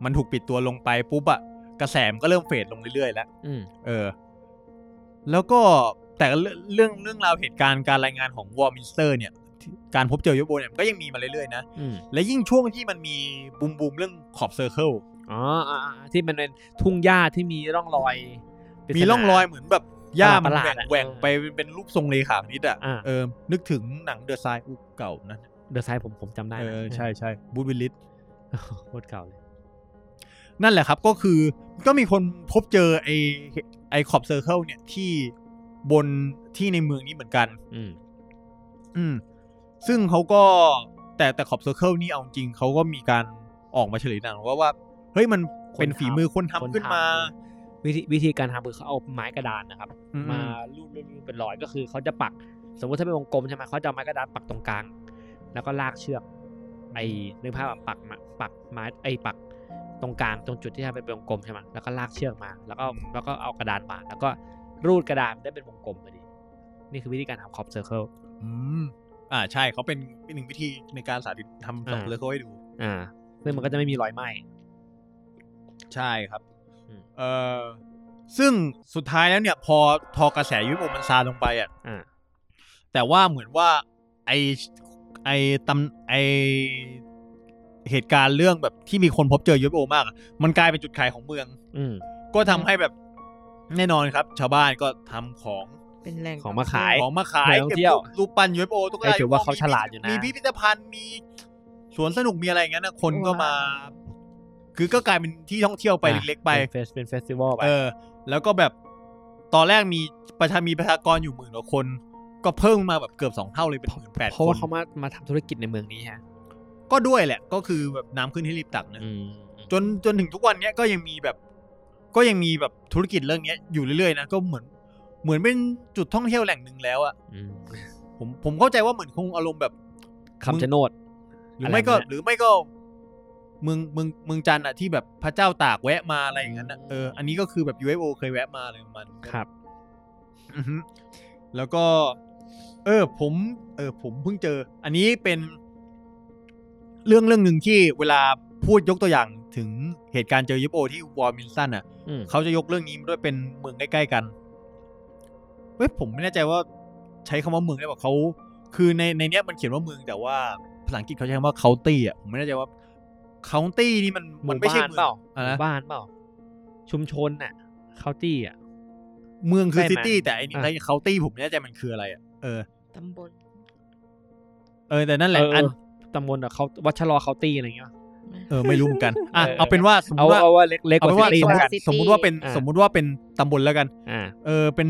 Speaker 2: มันถูกปิดตัวลงไปปุ๊บอะกระแสมนก็เริ่มเฟดลงเรื่อยๆแล้ว
Speaker 4: อืม
Speaker 2: เออ แล้วก็แต่เรื่องเรื่องเรื่องราวเหตุการณ์การรายงานของวอร์มินสเตอร์เนี่ยที่การพบเจอยูโบเนี่ยมันก็ยังมีมาเรื่อยๆนะ
Speaker 4: อืม
Speaker 2: และยิ่งช่วงที่มันมีบูมบูมๆเรื่องขอบเซอร์เคิล
Speaker 4: อ๋ออ่าอ่าที่มันเป็นทุ่งหญ้าที่มีร่องรอยปศนา
Speaker 2: มีร่องรอยเหมือนแบบหญ้ามัน
Speaker 4: ประห
Speaker 2: แหว่
Speaker 4: ลาดๆ
Speaker 2: ง
Speaker 4: อะ
Speaker 2: แหว่งไปเป็นรูปทรงเลขาคณิตอะ
Speaker 4: อ่า
Speaker 2: เออ นึกถึงหนังเดอะไซอุกเก่านะ
Speaker 4: เดอะไซด์ผมผมจำได้
Speaker 2: เอ
Speaker 4: นะ
Speaker 2: อใช่ใช่บูธวิลลิส
Speaker 4: โคตรเก่าเลย
Speaker 2: นั่นแหละครับก็คือก็มีคนพบเจอไอไอขอบเซอร์เคิลเนี่ยที่บนที่ในเมืองนี้เหมือนกัน
Speaker 4: อืม
Speaker 2: อืม ซึ่งเขาก็แต่แต่ขอบเซอร์เคิลนี่เอาจริงเขาก็มีการออกมาเฉลยหนังว่าว่า เฮ้ยมันเป็นฝีมือคนทำขึ้นมา
Speaker 4: วิธีวิธีการทำคือเขาเอาไม้กระดานนะครับ
Speaker 2: อืม
Speaker 4: มาลูบๆๆเป็นรอยก็คือเขาจะปัก สมมติถ้าเป็นวงกลมใช่ไหมเขาจะเอาไม้กระดานปักตรงกลาง แล้วก็ลากเชือกไอ้นึกภาพแบบปักมาปักไม้ไอ้ปักตรงกลางตรงจุดที่ทำเป็นวงกลมใช่ไหมแล้วก็ลากเชือกมา แล้วก็แล้วก็เอากระดานมาแล้วก็รูดกระดานได้เป็นวงกลมพอดี นี่คือวิธีการทำคอบเซอร์เคิล
Speaker 2: อืมอ่าใช่เขาเป็นเป็นหนึ่งวิธีในการสาธิตทำขอบ
Speaker 4: อ่า
Speaker 2: เซอร์เคิลให้ดู
Speaker 4: อ่า ซึ่งมันก็จะไม่มีรอยไหม
Speaker 2: ใช่ครับ
Speaker 4: อืม
Speaker 2: เออซึ่งสุดท้ายแล้วเนี่ย พอทอกระแสยุโรปมันซาลงไปอ่ะ
Speaker 4: อ่า
Speaker 2: แต่ว่าเหมือนว่าไอไอตำไอเหตุการณ์เรื่องแบบที่มีคนพบเจอยูเอฟโอมากอะมันกลายเป็นจุดขายของเมือง
Speaker 4: อืม
Speaker 2: ก็ทำให้แบบ แน่นอนครับ ชาวบ้านก็ทำของ
Speaker 5: เป็นแหล่ง
Speaker 4: ของมาขาย
Speaker 2: ของมาขาย
Speaker 4: แหล่งท่องเที่ยว
Speaker 2: ก็บรูปปั้นยูเอฟโอตุ๊ก
Speaker 4: เอ้ยถือว่าเขาฉลาดอยู่นะ
Speaker 2: มีพิพิธภัณฑ์มีสวนสนุกมีอะไรอย่างนั้นนะคนก็มา คือก็กลายเป็นที่ท่องเที่ยวไปเล็กๆไป
Speaker 4: นเฟสเป็นเฟสติวัลไป
Speaker 2: เออ แล้วก็แบบตอนแรกมีประชามีประชากรอยู่หมื่นกว่าคน ก็เพิ่มมาแบบเกือบสองเท่าเลยเป็นหมื่นแปด
Speaker 4: เพ
Speaker 2: ค
Speaker 4: ราะว่าน เขามามาทำธุรกิจในเมืองนี้ฮะ
Speaker 2: ก็ด้วยแหละ ก็คือแบบน้ำขึ้นให้รีบตักนะ
Speaker 4: อืม
Speaker 2: จนจนถึงทุกวันเนี้ยก็ยังมีแบบ ก็ยังมีแบบธุรกิจเรื่องเนี้ยอยู่เรื่อยๆนะก็เหมือนเหมือนเป็นจุดท่องเที่ยวแหล่งหนึ่งแล้วอะ
Speaker 4: อืม
Speaker 2: ผมผมเข้าใจว่าเหมือนคงอารมณ์แบบ
Speaker 4: คำชะโนด
Speaker 2: หรือไม่ก็
Speaker 4: อะไรนะ
Speaker 2: หรือไม่ก็ เมืองเมืองเมืองจันทร์อะที่แบบพระเจ้าตากแวะมาอะไรอย่างนั้นอะเอออันนี้ก็คือแบบ UFO เคยแวะมาอะไรประมาณนั้น
Speaker 4: ครับ
Speaker 2: อือฮึแล้วก็ เออ ผม เออ ผมเพิ่งเจอ อันนี้เป็นเรื่องเรื่องหนึ่งที่เวลาพูดยกตัวอย่างถึงเหตุการณ์เจอ UFO ที่วอร์มินสันอะ
Speaker 4: อืม
Speaker 2: เขาจะยกเรื่องนี้มาด้วยเป็นเมืองใกล้ ๆ กัน เฮ้ยผมไม่แน่ใจว่าใช้คำว่าเมืองได้ป่ะเขา คือในในเนี้ยมันเขียนว่าเมืองแต่ว่าภาษาอังกฤษเขาใช้คำว่าเคาน์ตี้อ่ะผมไม่แน่ใจว่าเคาน์ตี้นี่มัน
Speaker 4: ห
Speaker 2: มัน
Speaker 4: มู่
Speaker 2: ไม่ใช่
Speaker 4: บ้าน
Speaker 2: เมื
Speaker 4: เป
Speaker 2: อ
Speaker 4: ล่าง ห
Speaker 2: อะไร
Speaker 4: มู่
Speaker 2: นะ
Speaker 4: บ้านเปล่า ชุมชนน่ะเคาน์ตี้อ่ะ
Speaker 2: เมืองคือ
Speaker 4: ใช่ไหม
Speaker 2: ซิตี้แต่ไอ้นี่
Speaker 4: อ่ะ
Speaker 2: ไอ้เคาน์ตี้ผมไม่แน่ใจมันคืออะไรอ่ะเออ
Speaker 5: ตำบล
Speaker 2: เออแต่นั่นแหละ
Speaker 4: เออ
Speaker 2: อัน
Speaker 4: ตำบลอะเขาวัชรอเคาน์ตี้อะไรเงี้ย
Speaker 2: เออไม่รู้เหมือนกันอ่ะ
Speaker 4: เออ
Speaker 2: เอาเป็นว่าสมม
Speaker 4: เอา
Speaker 2: ติว่า
Speaker 4: เอาว่าเล็กเล็กก
Speaker 2: เอา
Speaker 4: ว่า
Speaker 2: เป็นว่า
Speaker 4: ซิตี้แล้วกัน
Speaker 2: สมมติว่าเป็น
Speaker 4: อ่ะ
Speaker 2: สมมติว่าเป็นตำบลแล้วกัน
Speaker 4: อ่า
Speaker 2: เออเป็น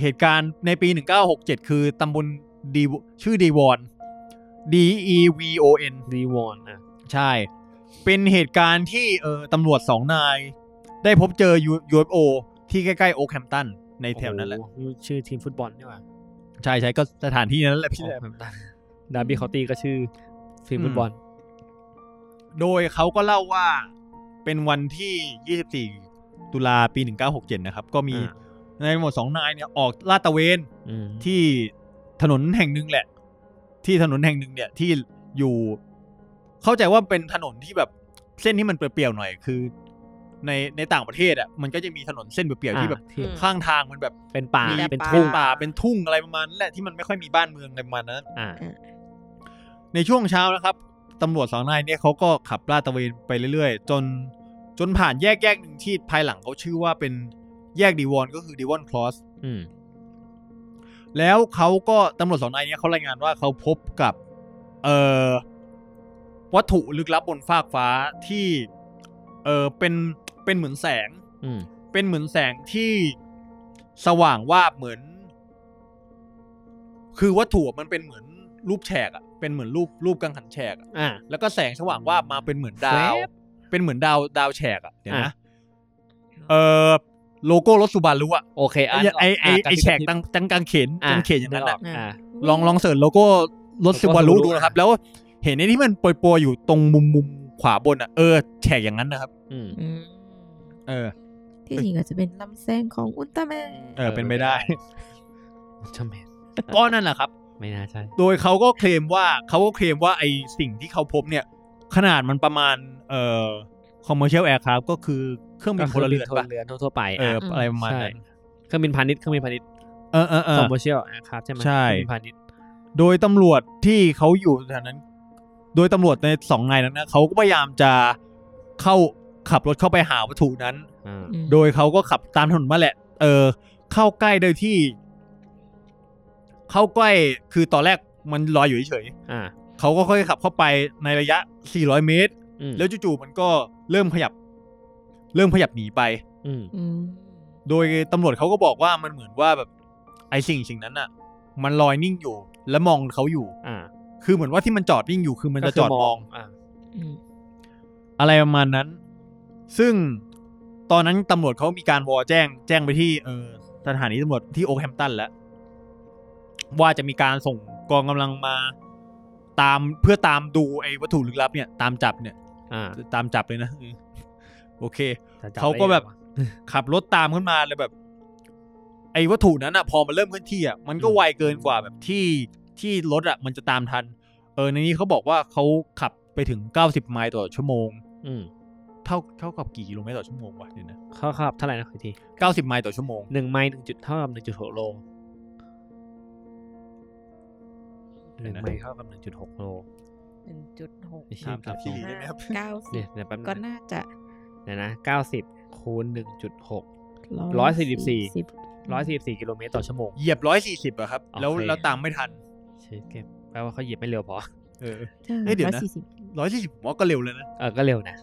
Speaker 2: เหตุการณ์ในปี 1967 คือตำบลดีชื่อดีวอน D E V O N
Speaker 4: ดีวอนอ่ะ
Speaker 2: ใช่ เป็นเหตุการณ์ที่เออตำรวจสองนาย ได้พบเจอ U- UFO ที่ใกล้ๆโอแคมตันในแถวนั้นแหละ
Speaker 4: โอ้โชื่อทีมฟุตบอลนี่หว่า
Speaker 2: ใช่ใช่ก็สถานที่นั้นแหละพี่แหลม
Speaker 4: ดาร์บี้เคาน์ตี้ก็ชื่อทีมฟุตบอล
Speaker 2: โดยเขาก็เล่าว่าเป็นวันที่ 24 ตุลาปี 1967 นะครับ ก็มี
Speaker 4: อ่า
Speaker 2: นายตำรวจสองนายเนี่ยออกลาดตระเวน
Speaker 4: อืม
Speaker 2: ที่ถนนแห่งหนึ่งแหละ ที่ถนนแห่งหนึ่งเนี่ยที่อยู่ เข้าใจว่าเป็นถนนที่แบบเส้นที่มันเปรียวๆหน่อยคือ ในในต่างประเทศอ่ะมันก็จะมีถนนเส้นเปรียวๆที่แบบ
Speaker 4: อ่าที่
Speaker 2: ข้างทางมันแบบ
Speaker 4: เป็นป่า
Speaker 2: มี
Speaker 4: เป็นทุ่ง
Speaker 2: ป่าเป็นทุ่งอะไรประมาณนั้นแหละที่มันไม่ค่อยมีบ้านเมืองอะไรประมาณนั้น
Speaker 4: อ่า
Speaker 2: ในช่วงเช้านะครับตำรวจสองนายเนี่ยเขาก็ขับลาดตระเวนไปเรื่อยๆ จนจนผ่านแยกแยกหนึ่งที่ภายหลังเขาชื่อว่าเป็นแยกดีวอนก็คือดีวอนคลอส
Speaker 4: อืม
Speaker 2: แล้วเขาก็ตำรวจสองนายเนี้ยเขารายงานว่าเขาพบกับ เอ่อวัตถุลึกลับบนฟากฟ้าที่ เอ่อเป็นเป็นเหมือนแสง
Speaker 4: อืม
Speaker 2: เป็นเหมือนแสงที่สว่างวาบเหมือน คือวัตถุอะมันเป็นเหมือนรูปแฉกอะเป็นเหมือนรูปรูปกังหันแฉกอะ
Speaker 4: อ่า
Speaker 2: แล้วก็แสงสว่างวาบมาเป็นเหมือนดาว
Speaker 4: แว๊บ
Speaker 2: เป็นเหมือนดาวดาวแฉกอะเดี๋ยว
Speaker 4: อ่ะ
Speaker 2: นะเอ่อโลโก้รถซูบารุอะ
Speaker 4: โอเคอ่ะ
Speaker 2: ไอไอไอแฉกตังตังกางเขน
Speaker 4: อ่ะ
Speaker 2: กางเขนอย่างนั้นอะ
Speaker 4: กอ่า
Speaker 2: ลองลองเสิร์ชโลโก้ร
Speaker 4: โล
Speaker 2: ถ
Speaker 4: โก้
Speaker 2: ซิวารุ
Speaker 4: Subaru
Speaker 2: ดูนะครับ แล้วเห็นไอ้ที่มันโปรยๆอยู่ตรงมุมมุมขวาบนอ่ะเออแฉกอย่างนั้นนะครับ
Speaker 4: อืม
Speaker 5: อืม
Speaker 2: เออ
Speaker 5: ที่จริงอาจจะเป็นลำแสงของอุลตร้าแมน
Speaker 2: เออเป็นไปได้
Speaker 4: จำเป็น
Speaker 2: ก็ นั่นแหละครับ
Speaker 4: ไม่น่าใช่
Speaker 2: โดยเขาก็เคลมว่าเขาก็เคลมว่าไอสิ่งที่เขาพบเนี่ย ขนาดมันประมาณเอ่อคอมเมอร์เชียลแอร์ครับก็คือเครื่องบินพลเรือน
Speaker 4: พล
Speaker 2: ปะ
Speaker 4: เรือนทั่วๆไป
Speaker 2: เออ
Speaker 4: อ่ะ
Speaker 2: อะไรประมาณ
Speaker 4: ใช่
Speaker 2: นั้น
Speaker 4: เครื่องบินพาณิชย์เครื่องบินพาณิชย์
Speaker 2: เออเออเอ
Speaker 4: คอ
Speaker 2: อ
Speaker 4: มเมอร์เชียลนะครับใช่ไหม
Speaker 2: ใช่
Speaker 4: เครื่องบินพาณิชย์
Speaker 2: โดยตำรวจที่เขาอยู่แถวนั้น โดยตำรวจในสองนายนั้นนะเขาก็พยายามจะเข้าขับรถเข้าไปหาวัตถุนั้น
Speaker 4: อ่า
Speaker 2: โดยเขาก็ขับตามถนนมาแหละ เออ เข้าใกล้โดยที่ เข้าใกล้ คือตอนแรกมันลอยอยู่เฉย
Speaker 4: อ่า
Speaker 2: ๆเขาก็ค่อยขับเข้าไปในระยะ 400 เมตร
Speaker 4: อืม
Speaker 2: แล้วจู่ๆมันก็เริ่มขยับ เริ่มขยับหนีไป
Speaker 4: อืม
Speaker 5: อืม
Speaker 2: โดยตำรวจเขาก็บอกว่ามันเหมือนว่าแบบ ไอ้สิ่งสิ่งนั้นอะมันลอยนิ่งอยู่ และมองเขาอยู่
Speaker 4: อ่า
Speaker 2: คือเหมือนว่าที่มันจอดนิ่งอยู่คือมันจะจอดมอง
Speaker 4: อ่า
Speaker 5: อืม
Speaker 2: อะไรประมาณนั้น ซึ่งตอนนั้นตำรวจเขามีการวอแจ้ง แจ้งไปที่เออสถานีตำรวจที่โอคแฮมป์ตันแล้ว ว่าจะมีการส่งกองกำลังมา ตามเพื่อตามดูไอ้วัตถุลึกลับเนี่ย ตามจับเนี่ย
Speaker 4: อ่า
Speaker 2: ตามจับเลยนะอืมโอเค
Speaker 4: จะจั
Speaker 2: เขาก็แบบ
Speaker 4: ได้ยังไงวะ
Speaker 2: ขับรถตามขึ้นมาเลยแบบ ไอ้วัตถุนั้นอะพอมันเริ่มเคลื่อนที่อะมันก็ไวเกินกว่าแบบที่ที่รถอะมันจะตามทัน เออในนี้เขาบอกว่าเขาขับไปถึงเก้าสิบไมล์ต่อชั่วโมง
Speaker 4: อืม
Speaker 2: เท่าเท่ากับกี่กิโลเมตรต่อชั่วโมงวะเดี๋ยวนะ
Speaker 4: เขาขับเท่าไหร่นะขออีกที
Speaker 2: เก้าสิบไมล์ต่อชั่วโมง
Speaker 4: หนึ่งไมล์หนึ่งจุดเท่ากับหนึ่งจุดหกโลหนึ่งไมล์เท่ากับหนึ่งจุดหกโล
Speaker 5: หนึ่งจุดหก
Speaker 4: ไม่ใช่
Speaker 2: ถามครับ
Speaker 4: จุ
Speaker 2: พี่
Speaker 4: ดสอง
Speaker 2: ลีได้ไหมครับ
Speaker 5: เก้าสิ
Speaker 4: เนี่ย
Speaker 5: บ
Speaker 4: เดี๋ยวแป๊บนึ
Speaker 5: ก็
Speaker 4: งนะ
Speaker 5: น่าจะ
Speaker 4: เดี๋ยวนะเก้าสิบคูณหนึ่งจุดหก 144 ร้อยสี่สี่กิโลเมตรต่อชั่วโมง
Speaker 2: เหยียบร้อยสี่สิบอะครับ แล้ว
Speaker 4: โอเค
Speaker 2: แล้วตามไม่ทัน
Speaker 4: เช็ดเก็บแปลว่าเขาเหยียบไม่เร็วพอ
Speaker 2: เออ เอ้
Speaker 5: ใช่
Speaker 2: ยเดี๋ยวนะ
Speaker 5: ร้อสี่สิบ
Speaker 2: ร้อยสี่สิบผมว่าก็เร็วแล้วนะ
Speaker 4: เออก็เร็วนะ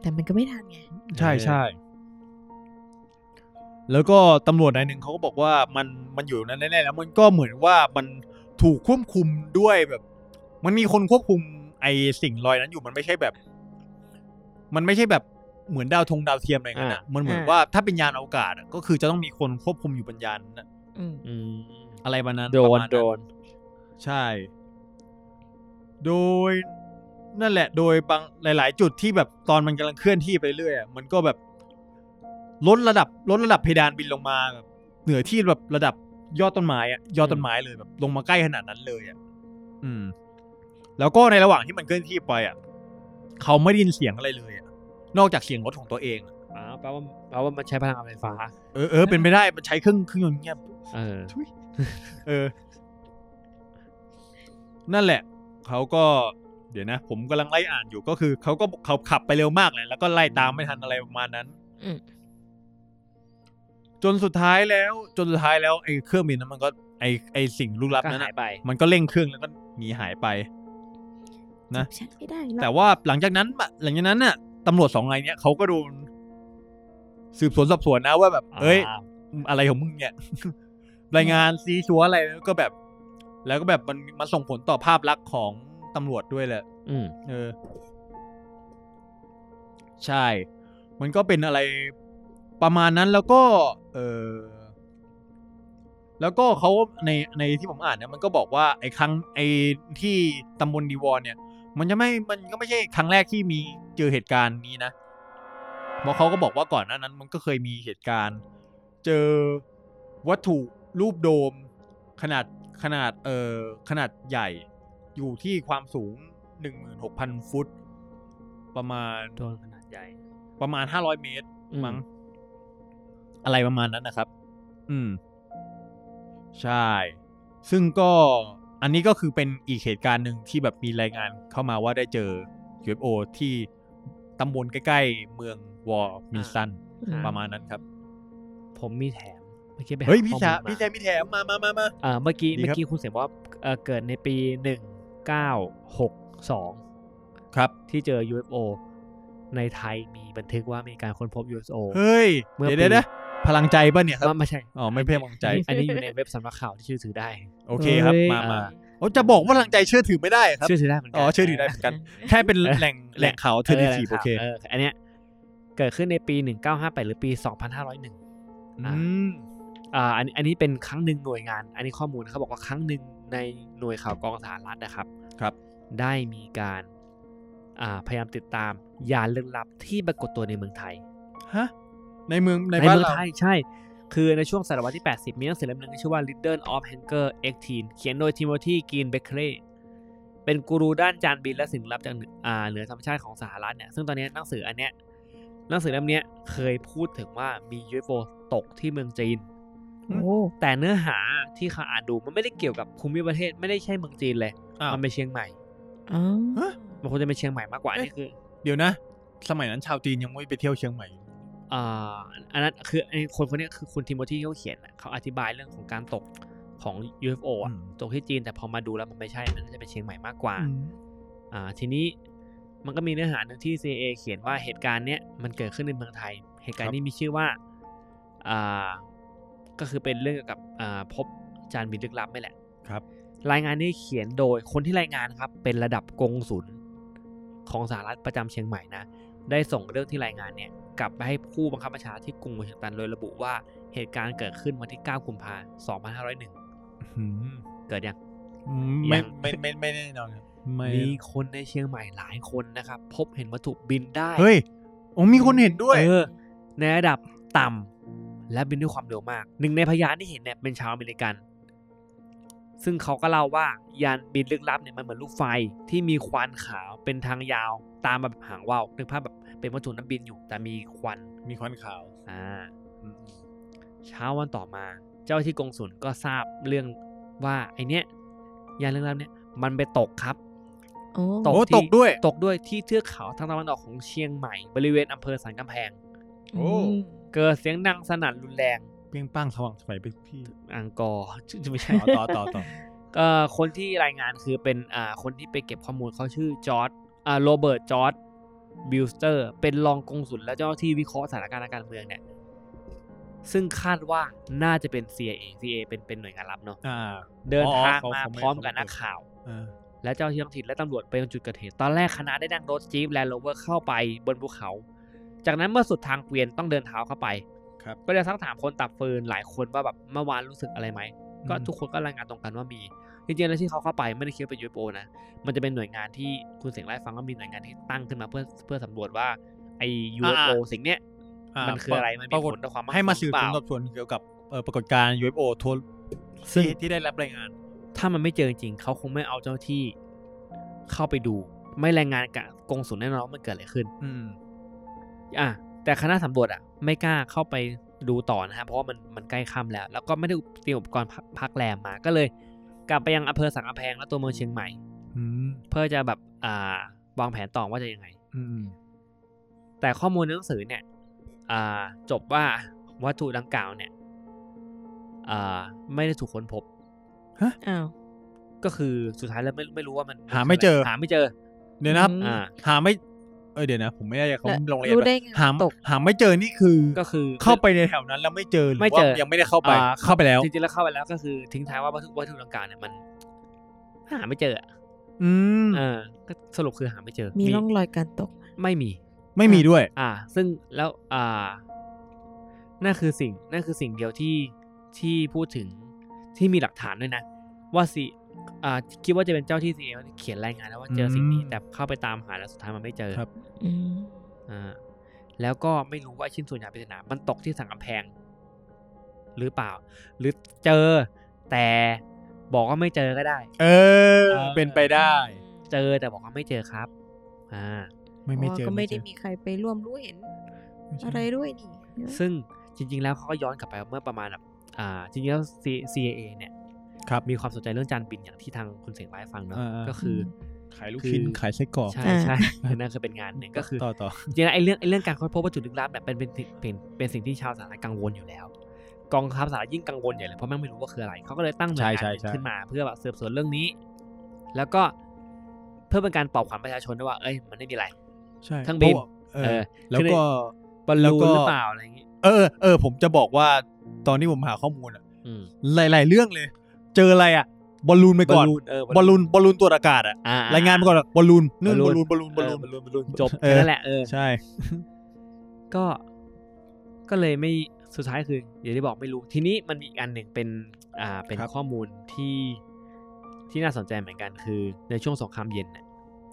Speaker 5: แต่มันก็ไม่ทันไง
Speaker 2: ใช่ใช่ แล้วก็ตำรวจนายหนึ่งเขาก็บอกว่ามันมันอยู่นั้นแน่ๆแล้วมันก็เหมือนว่ามันถูกควบคุมด้วยแบบ มันมีคนควบคุมไอสิ่งลอยนั้นอยู่มันไม่ใช่แบบ มันไม่ใช่แบบเหมือนดาวธงดาวเทียมอะไรเงี้ยนะมันเหมือน
Speaker 5: อ่า
Speaker 2: ว่าถ้าเป็นยานอวกาศอะก็คือจะต้องมีคนควบคุมอยู่บนยานนั้นอะ
Speaker 5: อืม
Speaker 4: อืม
Speaker 2: อะไรประมาณนั้น
Speaker 4: โด
Speaker 2: ประ
Speaker 4: น
Speaker 2: มาณ
Speaker 4: โดน
Speaker 2: ใช่ โดยนั่นแหละ โดยบางหลาย ๆ จุดที่แบบตอนมันกำลังเคลื่อนที่ไปเรื่อยอะมันก็แบบลดระดับลดระดับเพดานบินลงมาแบบเหนือที่แบบระดับยอดต้นไม้อะยอดต้นไม้เลยแบบ ลงมาใกล้ขนาดนั้นเลยอะอืม แล้วก็ในระหว่างที่มันเคลื่อนที่ไปอะเขาไม่ได้ยินเสียงอะไรเลยอะนอกจากเสียงรถของตัวเองอะ
Speaker 4: อ้าวแปลว่าแปลว่ามันใช้พลังงานไฟฟ้า
Speaker 2: เออเออเป็นไปได้มันใช้เครื่องเครื่องยนต์เงียบ
Speaker 4: เออ
Speaker 2: ทุยเออ นั่นแหละ เขาก็เดี๋ยวนะ ผมกำลังไล่อ่านอยู่ก็คือเขาก็เขาขับไปเร็วมากเลยแล้วก็ไล่ตามไม่ทันอะไรประมาณนั้น
Speaker 5: อืม
Speaker 2: จนสุดท้ายแล้ว จนสุดท้ายแล้วไอ้เครื่องบินนั้นมันก็ไอ้ไอ้สิ่งลี้ลับ
Speaker 4: ก็
Speaker 2: นั้น
Speaker 4: หาย
Speaker 2: อะ
Speaker 4: ไป
Speaker 2: มันก็เร่งเครื่องแล้วก็หนีหายไป นะ
Speaker 5: ฉันไม่ได้หร
Speaker 2: แต่
Speaker 5: อก
Speaker 2: ว่าหลังจากนั้นอะหลังจากนั้นน่ะตำรวจสองนายเนี้ยเขาก็โดนสืบสวนสอบสวนนะว่าแบบ เอ้ย อะไรของมึงเนี่ย รายงานซีชัวอะไรแล้วก็แบบ แล้วก็แบบมันมันส่งผลต่อภาพลักษณ์ของตำรวจด้วยแหละ
Speaker 4: อืม
Speaker 2: เออ ใช่ มันก็เป็นอะไรประมาณนั้นแล้วก็ เออแล้วก็เขาในในที่ผมอ่านเนี่ยมันก็บอกว่าไอ้ครั้งไอ้ที่ตำบลดีวอนเนี่ย มันจะไม่มันก็ไม่ใช่ครั้งแรกที่มีเจอเหตุการณ์นี้นะเพราะเขาก็บอกว่าก่อนหน้านั้น มันก็เคยมีเหตุการณ์ เจอวัตถุรูปโดม ขนาดขนาด เอ่อขนาดใหญ่ อยู่ที่ความสูง 16,000 ฟุต ประมาณ
Speaker 4: โดนขนาดใหญ่
Speaker 2: ประมาณ 500 เมตร
Speaker 4: อืม
Speaker 2: มั้งอะไรประมาณนั้นนะครับ อืม ใช่ ซึ่งก็อันนี้ก็คือเป็นอีกเหตุการณ์หนึ่งที่แบบมีรายงานเข้ามาว่าได้เจอ UFO ที่ตำบลใกล้ๆ เมืองวอร์มินสัน
Speaker 5: อืม
Speaker 2: ประมาณนั้นครับ
Speaker 4: ผมมีแถม เมื่อกี้ไปหา
Speaker 2: เฮ้ยพี่
Speaker 4: ข้อ
Speaker 2: แซ
Speaker 4: มูล
Speaker 2: ม
Speaker 4: มา
Speaker 2: พี่แซมพี่แถมมามามามา
Speaker 4: อ่าเมื่อกี้
Speaker 2: ดีครับ
Speaker 4: เมื่อกี้คุณเสียบอกว่าเอ่อเกิดในปีหนึ่งเก้าหกสอง
Speaker 2: ครับ
Speaker 4: ที่เจอ UFO ในไทยมีบันทึกว่ามีการค้นพบ UFO
Speaker 2: เฮ้ย
Speaker 4: เมื่อ
Speaker 2: เดี๋ยวเดี๋ยว
Speaker 4: ปี
Speaker 2: นะพลังใจป่ะเนี่ยครับ
Speaker 4: ว่าไม่ใช่
Speaker 2: อ๋อไม่เพียงพอใจ
Speaker 4: อันนี้อยู่ในเว็บสำนักข่าวที่เชื่อถือได้
Speaker 2: โอเคครับ
Speaker 4: เอ้ย
Speaker 2: มามาโอ้จะบอกว่าพลังใจเชื่อถือไม่ได้ครับ
Speaker 4: เชื่อถือได้เหมือนกั
Speaker 2: อ๋อเชื่อถือได้เหมือนกัน แค่เป็นแหล่งแหล่งข่าวเทอร์ดิทีฟโอเค
Speaker 4: อันเนี้ยเกิดขึ้นในปี 1958 หรือปี 2501
Speaker 2: อืม
Speaker 4: อ่าอันอันนี้เป็นครั้งหนึ่งหน่วยงาน อันนี้ข้อมูลเขาบอกว่าครั้งหนึ่งในหน่วยข่าวกองสารรัฐนะครับ
Speaker 2: ครับ
Speaker 4: ได้มีการอ่าพยายามติดตามยานลึกลับที่ปรากฏตัวในเมืองไทย
Speaker 2: ฮะ ในเมืองใน
Speaker 4: ใน
Speaker 2: บ้าน
Speaker 4: เมือง
Speaker 2: เรา
Speaker 4: ไทยใช่ คือในช่วงศตวรรษที่ 80 มีหนังสือเล่มหนึงที่ชื่อว่า Little of Hangar 18 เขียนโดยทิโมธีกีนเบเ l ่เป็นกูรูด้านจานบินและสิ่งลึกลับจากเหนืออ่าเหนือธรรมชาติของสหรัฐเนี่ยซึ่งตอนนี้หนังสืออันเนี้ยหนังสือเล่มเนี้ยเคยพูดถึงว่ามี UFO ตกที่เมืองจีน
Speaker 2: อืม
Speaker 5: โอ้
Speaker 4: แต่เนื้อหาที่เขาอ่านดูมันไม่ได้เกี่ยวกับภูมิประเทศไม่ได้ใช่เมืองจีนเลย
Speaker 2: อ้าว
Speaker 4: มันเป็นเชียงใหม่
Speaker 5: อ๋อ
Speaker 2: ฮะ
Speaker 4: มันควรจะเป็นเชียงใหม่มากกว่า
Speaker 2: เอ๊ะ
Speaker 4: อันนี่คือ
Speaker 2: เดี๋ยวนะ สมัยนั้นชาวจีนยังไม่ไปเที่ยวเชียงใหม่
Speaker 4: อ่าอันนั้นคือไอ้คนคนเนี้ยคือคุณทิโมธีเขาเขียนน่ะเขาอธิบายเรื่องของการตกของ UFO อ่ะ
Speaker 2: อืม
Speaker 4: ตกที่จีนแต่พอมาดูแล้วมันไม่ใช่มันน่าจะเป็นเชียงใหม่มากกว่า อ่าทีนี้มันก็มีเนื้อหาหนึ่งที่ CIA เขียนว่าเหตุการณ์เนี้ยมันเกิดขึ้นในเมืองไทย เหตุการ
Speaker 2: ครั
Speaker 4: ณ์
Speaker 2: บ
Speaker 4: นี้มีชื่อว่าอ่าก็คือเป็นเรื่องเกี่ยวกับอ่าพบจานบินลึกลับนี่แหละ
Speaker 2: ครับ
Speaker 4: รายงานนี้เขียนโดยคนที่รายงานครับ เป็นระดับกงสุลของสหรัฐประจำเชียงใหม่นะ ได้ส่งเรื่องที่รายงานเนี่ยกลับไปให้ผู้บังคับบัญชาที่กรุงวอชิงตันโดยระบุว่าเหตุการณ์เกิดขึ้นวันที่ 9 กุมภาพันธ์2501
Speaker 2: อืม
Speaker 4: เกิดยัง ยั
Speaker 2: ไม่
Speaker 4: ง
Speaker 2: ไม่ไม่ไม่แน่นอนครับไม่
Speaker 4: มีคนในเชียงใหม่หลายคนนะครับ พบเห็นวัตถุบินได้
Speaker 2: เฮ้ยโอ้มีคนเห็นด้วย
Speaker 4: เออในระดับต่ำและบินด้วยความเร็วมาก หนึ่งในพยานที่เห็นเนี่ยเป็นชาวอเมริกัน ซึ่งเขาก็เล่าว่ายานบินลึกลับเนี่ยมันเหมือนลูกไฟที่มีควันขาวเป็นทางยาวตามแบบหางว่าวนึกภาพแบบเป็นวัตถุน้ำบินอยู่ แต่มีควัน
Speaker 2: มีควันขาว
Speaker 4: อ่าเช้าวันต่อมา เจ้าหน้าที่กงสุลก็ทราบเรื่องว่าไอเนี้ยยานลึกลับเนี่ยมันไปตกครับ
Speaker 5: โอ้
Speaker 2: โอ้ตกด้วย
Speaker 4: ตกด้วยที่เทือกเขาทางตะวันออกของเชียงใหม่ บริเวณอำเภอสันกำแพง
Speaker 2: โอ้
Speaker 5: ม
Speaker 4: เกิดเสียงดังสนั่นรุนแรง
Speaker 2: เปี้ยงป้างสว่างไสวยเป็นพี่
Speaker 4: อังกอร์ จะไม่ใช่
Speaker 2: ต่อต่อต่อต่อ
Speaker 4: เอ่อคนที่รายงานคือเป็นอ่าคนที่ไปเก็บข้อมูลเขาชื่อจอร์ดอ่าโรเบิร์ตจอร์ดบิลสเตอร์ เป็นรองกงสุลและเจ้าหน้าที่วิเคราะห์สถานการณ์ทางการเมืองเนี่ย ซึ่งคาดว่าน่าจะเป็น CIA CIA เป็นเป็นหน่วยงานลับเนาะ
Speaker 2: อ่า
Speaker 4: เดิน
Speaker 2: อ๋อ
Speaker 4: ทาง
Speaker 2: เขา
Speaker 4: มา
Speaker 2: เขาไม่
Speaker 4: พร้อม
Speaker 2: เขา
Speaker 4: กับ
Speaker 2: ไม่
Speaker 4: นักข่าว
Speaker 2: อ่า
Speaker 4: และเจ้าหน้าที่ท้องถิ่นและตำรวจไปยังจุดเกิดเหตุ ตอนแรกคณะได้นั่งรถจี๊ปแลนด์โรเวอร์เข้าไปบนภูเขา จากนั้นเมื่อสุดทางเกวียนต้องเดินเท้าเข้าไป
Speaker 2: ครับ
Speaker 4: ก็ได้สักถามคนตับฟืนหลายคนว่าแบบเมื่อวานรู้สึกอะไรไหม ก็ทุกคนก็รายงานตรงกันว่ามีจริงๆแล้วที่เขาเข้าไปไม่ได้คิดว่าเป็น UFO นะ มันจะเป็นหน่วยงานที่คุณเสียงไล่าให้ฟังว่ามีหน่วยงานที่ตั้งขึ้นมาเพื่อเพื่อสำรวจว่าไอ้ UFO สิ่งเนี้ย
Speaker 2: า
Speaker 4: มันคืออะไรมันมี
Speaker 2: ปากฏ
Speaker 4: ผลต่อความมั่นคง
Speaker 2: ให้มาสืบ
Speaker 4: เป
Speaker 2: สว
Speaker 4: ล่า
Speaker 2: นสอบสวนเกี่ยวกับเอ่อปรากฏการณ์ UFO ทั่ว
Speaker 4: ซึ่ง
Speaker 2: ที่ที่ได้รับรายงาน
Speaker 4: ถ้ามันไม่เจอจริงๆเขาคงไม่เอาเจ้าหน้าที่เข้าไปดู ไม่รายงานกับกงสุลแน่นอนว่ามันเกิดอะไรขึ้น
Speaker 2: อืม
Speaker 4: อ่ะแต่คณะสำรวจอ่ะไม่กล้าเข้าไปดูต่อนะฮะเพราะว่ามันมันใกล้ค่ำแล้ว แล้วก็ไม่ได้เตรียมอุปกรณ์พักพักแรมมาก็เลย กลับไปยังอำเภอสังกำแพงและตัวเมืองเชียงใหม่
Speaker 2: อืม
Speaker 4: เพื่อจะแบบอ่าวางแผนต่อว่าจะยังไง
Speaker 2: อืม
Speaker 4: แต่ข้อมูลในหนังสือเนี่ยอ่าจบว่าวัตถุดังกล่าวเนี่ยอ่าไม่ได้ถูกค้นพบ
Speaker 5: อ้าว
Speaker 4: ก็คือสุดท้ายแล้วไม่ไม่รู้ว่ามัน
Speaker 2: หาไม่เจอ
Speaker 4: หาไม่เจอ
Speaker 2: เดี๋ยวนะครับ
Speaker 5: อืม
Speaker 4: อ่า
Speaker 2: หาไม่ เอยเดี๋ยวนะ ผมไม่ได้เขาลงรายละเอีย
Speaker 5: รู้
Speaker 2: ด
Speaker 5: ได้
Speaker 2: แบบ
Speaker 5: ไง
Speaker 2: หา
Speaker 5: ตก
Speaker 2: หาไม่เจอนี่คือ
Speaker 4: ก็คือ
Speaker 2: เข้าไปในแถวนั้นแล้วไม่เจอหรือ
Speaker 4: ไม่
Speaker 2: ว่า
Speaker 4: เจอ
Speaker 2: ยังไม่ได้เข้าไป
Speaker 4: อ่
Speaker 2: เข้าไปแล้ว
Speaker 4: จริงๆแล้วเข้าไปแล้วก็คือทิ้งท้ายว่าวัตถุวัตถุดังกล่าวเนี่ยมัน หาไม่เจออะ
Speaker 2: อืม
Speaker 4: เออก็สรุปคือหาไม่เจอ
Speaker 5: มีร่องรอยการตก
Speaker 4: ไม่มี
Speaker 2: ไม่มีด้วย
Speaker 4: อ่า ซึ่งแล้วอ่านั่นคือสิ่งนั่นคือสิ่งเดียวที่ที่พูดถึงที่มีหลักฐานด้วยนะ ว่าสิอ่าคิดว่าจะเป็นเจ้าที่ซีเอเขียนรายงานแล้วว่าเจอสิ่งนี้
Speaker 2: อืม
Speaker 4: แต่เข้าไปตามหาแล้วสุดท้ายมันไม่เจอ
Speaker 2: ครับ
Speaker 5: อืม
Speaker 4: อ่าแล้วก็ไม่รู้ว่าชิ้นส่วนยานปริศนามันตกที่สังกำแพง หรือเปล่า หรือเจอแต่บอกว่าไม่เจอก็ได้
Speaker 2: เออ
Speaker 4: เออ
Speaker 2: เป็นไปได้
Speaker 4: เจอแต่บอกว่าไม่เจอครับ อ่า
Speaker 2: ไม่
Speaker 5: เพ
Speaker 2: ไม่
Speaker 5: ราะว่า
Speaker 2: เจอ
Speaker 5: ก็ไม่
Speaker 2: เจ
Speaker 5: ได้
Speaker 2: อ
Speaker 5: มีใครไปร่วมรู้เห็น
Speaker 2: ม่เจออ
Speaker 5: อะไรด้วยนี่
Speaker 4: ซึ่งจริง ๆ แล้วเขาก็ย้อนกลับไปเมื่อประมาณแบบอ่าจริงๆแล้ว C- CIA เนี่ย
Speaker 2: ครับ
Speaker 4: มีความสนใจเรื่องจานบินอย่างที่ทางคุณเสียงไลฟ์ฟังเนาะ
Speaker 2: อ่าๆ
Speaker 4: ก็คือ
Speaker 2: ขายลูกชิ้น ขายไส้กรอก
Speaker 4: ใช่
Speaker 5: อ่า
Speaker 4: ใช่นั่นคือเป็นงานหนึ่งก็คือ
Speaker 2: ต่อต่อ
Speaker 4: จริงๆแล้วไอ้เรื่องไอ้เรื่องการค้นพบวัตถุลึกลับเนี่ยเป็นเป็นเป็นเป็นสิ่งที่ชาวสหรัฐกังวลอยู่แล้ว กองทัพสหรัฐยิ่งกังวลใหญ่เลยเพราะแม่งไม่รู้ว่าคืออะไรเขาก็เลยตั้งหน่วยงาน
Speaker 2: ใช่
Speaker 4: หนึ่
Speaker 2: ใช่
Speaker 4: งขึ้นมา เพื่อแบบสืบสวนเรื่องนี้ แล้วก็เพื่อเป็นการปลอบขวัญประชาชนด้วยว่าเอ้ยมันไม่มีอะไร
Speaker 2: ใช่
Speaker 4: เครื่องบิน
Speaker 2: พาะว่าเอ
Speaker 4: เอ
Speaker 2: อ
Speaker 4: อ
Speaker 2: แล้วก็
Speaker 4: บอลลูน
Speaker 2: แล้วก็
Speaker 4: หรือเปล่าอะไรอย่างงี้
Speaker 2: เออ เออ ผมจะบอกว่าตอนที่ผมหาข้อมูลอะ
Speaker 4: อืม
Speaker 2: หลาย ๆ เรื่องเลย เจออะไรอะบอลลูนไปก่อน
Speaker 4: เออบ อ
Speaker 2: อล
Speaker 4: ลลูน
Speaker 2: ลูน บอลลูนตรวจอากาศอะ
Speaker 4: อ่
Speaker 2: รายงานไปก่อนอะบอลลูนนู่น
Speaker 4: บบ อ
Speaker 2: อ
Speaker 4: ล
Speaker 2: ล
Speaker 4: ลู
Speaker 2: ลู
Speaker 4: น
Speaker 2: น บอลลูน บอลลูน
Speaker 4: บบอ
Speaker 2: อ
Speaker 4: ล
Speaker 2: ล
Speaker 4: ลู
Speaker 2: ลู
Speaker 4: น
Speaker 2: น
Speaker 4: บอลลูนจบ
Speaker 2: เอ
Speaker 4: แค่
Speaker 2: อ
Speaker 4: นั้นแหละเออ
Speaker 2: ใช่
Speaker 4: ก็ก็เลยไม่สุดท้ายคืออย่างที่บอกไม่รู้ ทีนี้มันมีอีกอันหนึ่งเป็นอ่าเป็น
Speaker 2: ครับ
Speaker 4: ข้อมูลที่ที่น่าสนใจเหมือนกันคือในช่วงสงครามเย็นน่ะ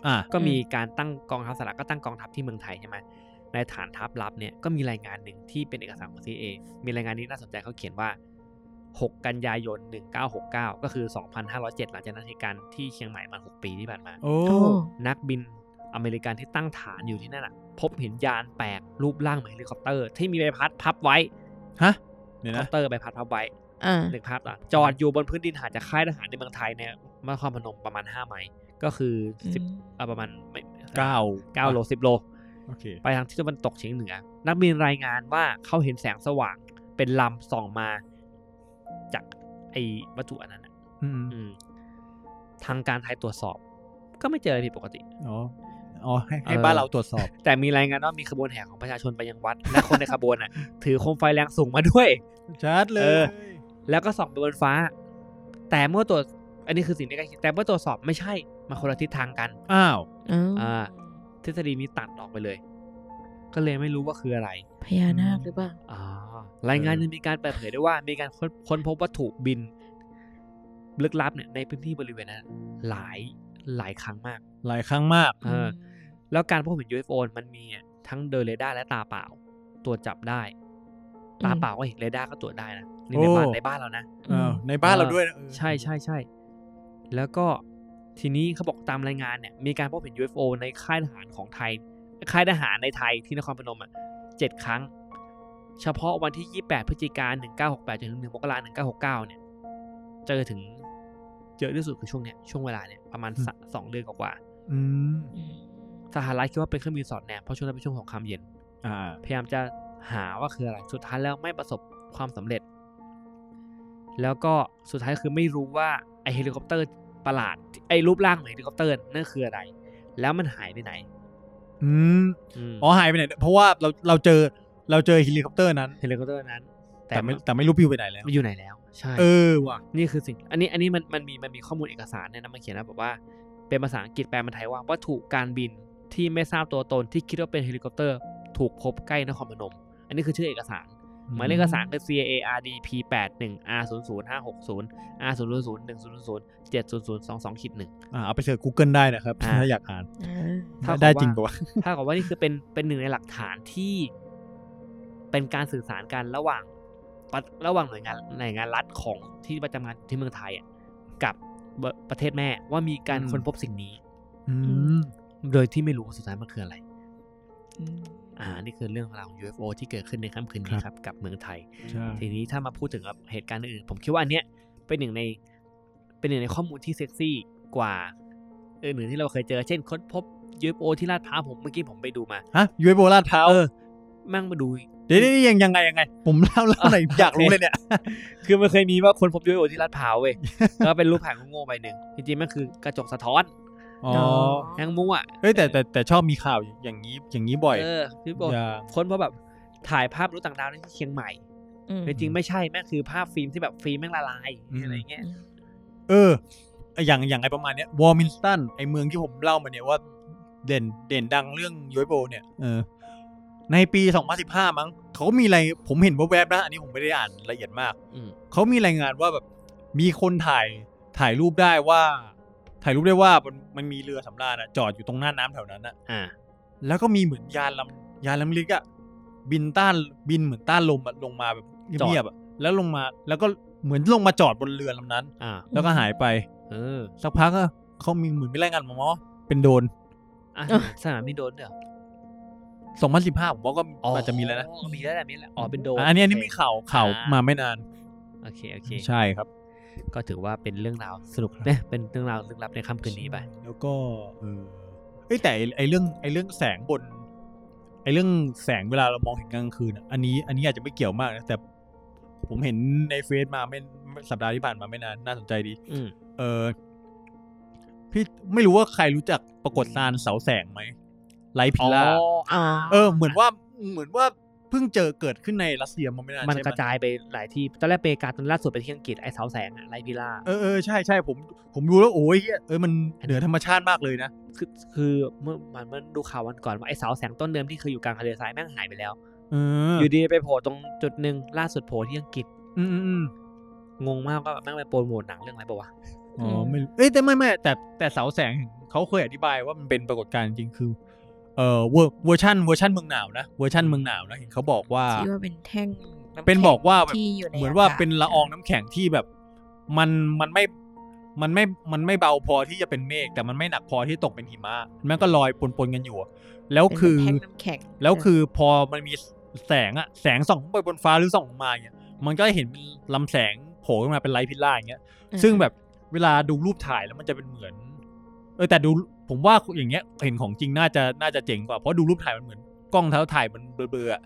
Speaker 2: อ่า
Speaker 4: ก็มีการตั้งกองทัพสหรัฐก็ตั้งกองทัพที่เมืองไทยใช่ไหมในฐานทัพลับเนี่ยก็มีรายงานหนึ่งที่เป็นเอกสารของ CIA มีรายงานนี้น่าสนใจเขาเขียนว่า 6 กันยายน 1969 ก็คือ 2,507 หลังจากนั้นเหตุการณ์ที่เชียงใหม่มา 6 ปีที่ผ่านมา
Speaker 2: โอ้
Speaker 5: โอ้
Speaker 4: นักบินอเมริกันที่ตั้งฐานอยู่ที่นั่นน่ะ พบเห็นยานแปลกรูปร่างเหมือนเฮลิคอปเตอร์ ที่มีใบพัดพับไว้
Speaker 2: ฮะ เดี๋
Speaker 4: เฮ
Speaker 2: ยว
Speaker 4: ลิคอ
Speaker 2: นะ
Speaker 4: ปเตอร์ใบพัดพับไว้
Speaker 5: อ่า
Speaker 4: หนึ่งภาพอ่ะจอดอยู่บนพื้นดินห่างจากค่ายทหารในเมืองไทยเนี่ยนครพนมประมาณ 5 ไมล์ก็คือสิบ
Speaker 5: อืม
Speaker 4: อ่ะประมาณไม่
Speaker 2: เก้า
Speaker 4: เก้าโลสิบโล
Speaker 2: โอเค
Speaker 4: ไปทางที่ตะวันตกเฉียงเหนือ นักบินรายงานว่าเขาเห็นแสงสว่างเป็นลำส่องมา จากไอ้วัตถุอันนั้นน่ะ
Speaker 2: อืม
Speaker 4: อืมทางการไทยตรวจสอบ ก็ไม่เจออะไรผิดปกติ
Speaker 2: อ๋อ อ๋อ ให้ให้
Speaker 4: เออ
Speaker 2: บ้านเราตรวจสอบ
Speaker 4: แต่มีรายงานว่ามีขบวนแห่ของประชาชนไปยังวัด และคนในขบวน น่ะ ถือโคมไฟแรงสูงมาด้วย
Speaker 2: ชัดเล
Speaker 4: เออ
Speaker 2: ย
Speaker 4: แล้วก็ส่องไปบนฟ้า แต่เมื่อตรวจอันนี้คือสิ่งที่ใกล้เคียงแต่เมื่อตรวจสอบไม่ใช่มาคนละทิศทางกัน
Speaker 2: อ้าว
Speaker 5: อ้า
Speaker 4: อ่า
Speaker 5: ว
Speaker 4: ทฤษฎีนี้ตัดออกไปเลย ก็เลยไม่รู้ว่าคืออะไร
Speaker 5: พญานาคหรือเปล่า
Speaker 4: อ๋อรายงานยังมีการเปิดเผยด้วยว่ามีการค้นค้นพบวัตถุบิน ลึกลับเนี่ยในพื้นที่บริเวณนั้นหลายหลายครั้งมาก
Speaker 2: หลายครั้งมาก
Speaker 4: เออ แล้วการพบเห็น UFO มันมีอ่ะทั้งเดินเรดาร์และตาเปล่า ตรวจจับได้
Speaker 5: ม
Speaker 4: ตาเปล่าก็เห็นเรดาร์ก็ตรวจได้นะนี่
Speaker 2: โอ้
Speaker 4: ในบ้านในบ้านเรานะ
Speaker 2: เออในบ้านเรา
Speaker 4: เออ
Speaker 2: ด้วยนะเออ
Speaker 4: ใช่ใช่ใช่แล้วก็ทีนี้เขาบอกตามรายงานเนี่ย มีการพบเห็น UFO ในค่ายทหารของไทย ค่ายทหารในไทยที่นครพนมอ่ะเจ็ดครั้ง เฉพาะวันที่ 28 พฤศจิกายน1968จนถึง1มกราคม1969 เนี่ย เจอถึงเยอะที่สุดคือช่วงเนี้ยช่วงเวลาเนี่ยประมาณสักสองเดือนกว่าๆ
Speaker 2: อืม
Speaker 4: สหรัฐคิดว่าเป็นเครื่องบินสอดแนมเพราะช่วงนั้นเป็นช่วงสงครามเย็น
Speaker 2: อ่า
Speaker 4: พยายามจะ หาว่าคืออะไร สุดท้ายแล้วไม่ประสบความสำเร็จ แล้วก็สุดท้ายคือไม่รู้ว่าไอเฮลิคอปเตอร์ประหลาด ไอรูปร่างของเฮลิคอปเตอร์นั่นคืออะไร แล้วมันหายไปไหน
Speaker 2: อืม
Speaker 4: ม
Speaker 2: อ๋อหายไปไหนเพราะว่าเราเราเจอเราเจอเฮลิคอปเตอร์นั้น
Speaker 4: เฮลิคอปเตอร์นั้น แต่
Speaker 2: แต่ไม่
Speaker 4: มัน
Speaker 2: แต่ไม่รู้ปลิวไปไหนแล้ว
Speaker 4: มันอยู่ไหนแล้ว ใช่
Speaker 2: เออว่ะ
Speaker 4: นี่คือสิ่ง อันนี้ อันนี้มัน มันมี มันมีข้อมูลเอกสารเนี่ยนะมันเขียนนะบอกว่า เป็นภาษาอังกฤษแปลเป็นไทยว่าวัตถุการบินที่ไม่ทราบตัวตนที่คิดว่าเป็นเฮลิคอปเตอร์ ถูกพบใกล้นครพนม อันนี้คือชื่อเอกสาร หมายเลขเอกสารคือ CARD P 8 1 R 0 0 5 6 0 R 0 0 0 1 0 0 0 7 0 0 2 2 1
Speaker 2: อ่าเอาไปเสิร์ช Google ได้นะครับ
Speaker 4: อ่า
Speaker 2: ถ้าอยากอ่าน
Speaker 5: อ่า
Speaker 4: ถ้า
Speaker 2: ได้
Speaker 4: กับว่า
Speaker 2: จริงปะวะ
Speaker 4: ถ้ากับว่านี่คือเป็นเป็นหนึ่งในหลักฐานที่เป็นการสื่อสารกันระหว่างประระหว่างหน่วยงานหน่วยงานรัฐของที่ประจำงานที่เมืองไทยอ่ะกับประประเทศแม่ว่ามีการ
Speaker 2: อืม
Speaker 4: ค้นพบสิ่งนี้
Speaker 2: อืม
Speaker 4: โดยที่ไม่รู้ว่าสุดท้ายมันคืออะไร
Speaker 5: อืม
Speaker 4: อ่า นี่คือเรื่องราวของ UFO ที่เกิดขึ้นในค่ำคืนนี้ครับกับเมืองไทย
Speaker 2: ใช่
Speaker 4: ทีนี้ถ้ามาพูดถึงกับเหตุการณ์อื่นๆผมคิดว่าอันเนี้ยเป็นหนึ่งในเป็นหนึ่งในข้อมูลที่เซ็กซี่กว่าอื่นๆที่เราเคยเจอ เช่นค้นพบ UFO ที่ลาดพร้าวผมเมื่อกี้ผมไปดูมา
Speaker 2: ฮะยูเอโบลาดพร้าว
Speaker 4: มั่งมาดู
Speaker 2: เดี๋ยวนี่ยังยังไงยังไง ผมเล่าเล่าหน่อย
Speaker 4: อ่ะ
Speaker 2: อยากรู้เลยเนี่ย
Speaker 4: คือมันเคยมีว่าคนพบยูเอโอที่ลาดพร้าวเว้ย ก็เป็นรูปถ่ายโง่ๆใบหนึ่ง จริงๆมันคือกระจกสะท้อน
Speaker 2: อ๋อ
Speaker 4: แางมั่ว
Speaker 2: เฮ้ยแต่แต่แต่ชอบมีข่าวอย่างนี้อย่างนี้บ่อย
Speaker 4: เออพี่บอก
Speaker 2: อย่า
Speaker 4: คนพบแบบถ่ายภาพมนุษย์ต่างดาวในที่เชียงใหม่
Speaker 5: อืม
Speaker 4: แต่จริงๆไม่ใช่แม่งคือภาพฟิล์มที่แบบฟิล์มแม่งละลายอะไรเงี้ย
Speaker 2: เอออย่างอย่างไอประมาณเนี้ยวอร์มินตันไอเมืองที่ผมเล่ามาเนี่ยว่า เด่นเด่นดังเรื่องยูเอโบเนี่ยเออในปี 2015 มั้งเขามีอะไรผมเห็นแวบๆนะ อันนี้ผมไม่ได้อ่านละเอียดมาก
Speaker 4: อืม
Speaker 2: เขามีรายงานว่าแบบมีคนถ่ายถ่ายรูปได้ว่า ถ่ายรูปได้ว่ามันมันมีเรือสำราญอะจอดอยู่ตรงหน้าน้ำแถวนั้นอะ
Speaker 4: อ่า
Speaker 2: แล้วก็มีเหมือนยานลำยานลำลึกอะบินต้านบินเหมือนต้านลมอะลงมาแบบ
Speaker 4: จอด
Speaker 2: เงียบๆอะแล้วลงมาแล้วก็เหมือนลงมาจอดบนเรือลำนั้น
Speaker 4: อ่า
Speaker 2: แล้วก็หายไป
Speaker 4: เออ
Speaker 2: สักพักก็เขามีเหมือนมีรายงานมาว่าเป็นโดน
Speaker 4: อ่ะ
Speaker 5: เออ
Speaker 4: สนามบินโดนด้วยเหรอ
Speaker 2: 2015 ผมว่าก็อาจจะมีแล้วนะ
Speaker 4: มีแล้วแหละมีแล้วอ๋อเป็นโดน
Speaker 2: อันนี้อันนี้
Speaker 4: โเค
Speaker 2: มีข่าวข่าว
Speaker 4: อ่าม
Speaker 2: มาไม่นาน
Speaker 4: โอเคโอเค
Speaker 2: ใช่ครับ
Speaker 4: ก็ถือว่าเป็นเรื่องราวสนุก
Speaker 2: ครับ
Speaker 4: นะเป็นเรื่องราวลึกลับในค่ำคืนนี้ไป
Speaker 2: แล้วก็เออเอ้ยแต่ไอ้ไอเรื่องไอเรื่องแสงบน ไอเรื่องแสงเวลาเรามองเห็นกลางคืนอะอันนี้อันนี้อาจจะไม่เกี่ยวมากนะแต่ผมเห็นในเฟซมาไม่ไม่สัปดาห์ที่ผ่านมาไม่นานน่าสนใจดี
Speaker 4: อืม
Speaker 2: เออพี่ไม่รู้ว่าใครรู้จักปรากฏการณ์เสาแสงไหมไลท์พิ
Speaker 4: อ๋อ
Speaker 2: ล่า
Speaker 4: อ่า
Speaker 2: เออ เหมือนว่าเหมือนว่าเพิ่งเจอเกิดขึ้นในรัสเซียมาไม่นาน
Speaker 4: มัน
Speaker 2: ใช่ไห
Speaker 4: กระจายไปหลายที่ตอนแรกเปกาตอนล่าสุดไปที่อังกฤษไอ้เสาแสงอะไลพิล่า
Speaker 2: เออเออใช่ใช่ผม ผมรู้แล้วโอ้ยเหี้ยเออมันเหนือธรรมชาติมากเลยนะ
Speaker 4: คือคือเมื่อมันมันดูข่าววันก่อนว่าไอ้เสาแสงต้นเดิมที่เคยอยู่กลางทะเลทรายแม่งหายไปแล้ว
Speaker 2: เออ
Speaker 4: อยู่ดีไปโผล่ตรงจุดหนึ่งล่าสุดโผล่ที่อังกฤษ
Speaker 2: อืมอืมอืม
Speaker 4: งงมากว่าแบบแม่งไปโปรโมทหนังเรื่องอะไรปะวะ
Speaker 2: อ๋อ
Speaker 5: ม
Speaker 2: ไม่รู้เอ้ยแต่ไม่ไม่แต่แต่เสาแสงเขาเคยอธิบายว่ามันเป็นปรากฏการณ์จริงๆคือ เอ่อเวอร์เวอร์ชันเวอร์ชันเมืองหนาวนะเวอร์ชันเมืองหนาวนะเห็นเขาบอกว่า
Speaker 5: ที่ว่าเป็นแท่งำแข็ง
Speaker 2: เป็นบอกว่าแบบ
Speaker 5: ที่ยู่ใ
Speaker 2: เหมือนว่า
Speaker 5: ศ
Speaker 2: เป็นละอองน้ำแข็งที่แบบ มันมันไม่มันไม่มันไม่เบาพอที่จะเป็นเมฆแต่มันไม่หนักพอที่ตกเป็นหิมะมันก็ลอยปนๆกันอยู่อะแล้ว
Speaker 5: เป็น
Speaker 2: คือ
Speaker 5: แท่งน้ำแข็ง
Speaker 2: แล้วคือพอมันมีแสงอะแสงส่องขึ้นไปบนฟ้าหรือส่องลงมาเนี่ย มันก็เห็นเป็นลำแสงโผล่ขึ้นมาเป็นไลท์พิลล่าอย่างเงี้ย
Speaker 5: อ่า
Speaker 2: ซึ่งแบบเวลาดูรูปถ่ายแล้วมันจะเป็นเหมือน เออแต่ดูผมว่าอย่างเงี้ยเห็นของจริงน่าจะน่าจะเจ๋งกว่าเพราะดูรูปถ่ายมันเหมือนกล้องเท้าถ่ายมันเบลอๆอะ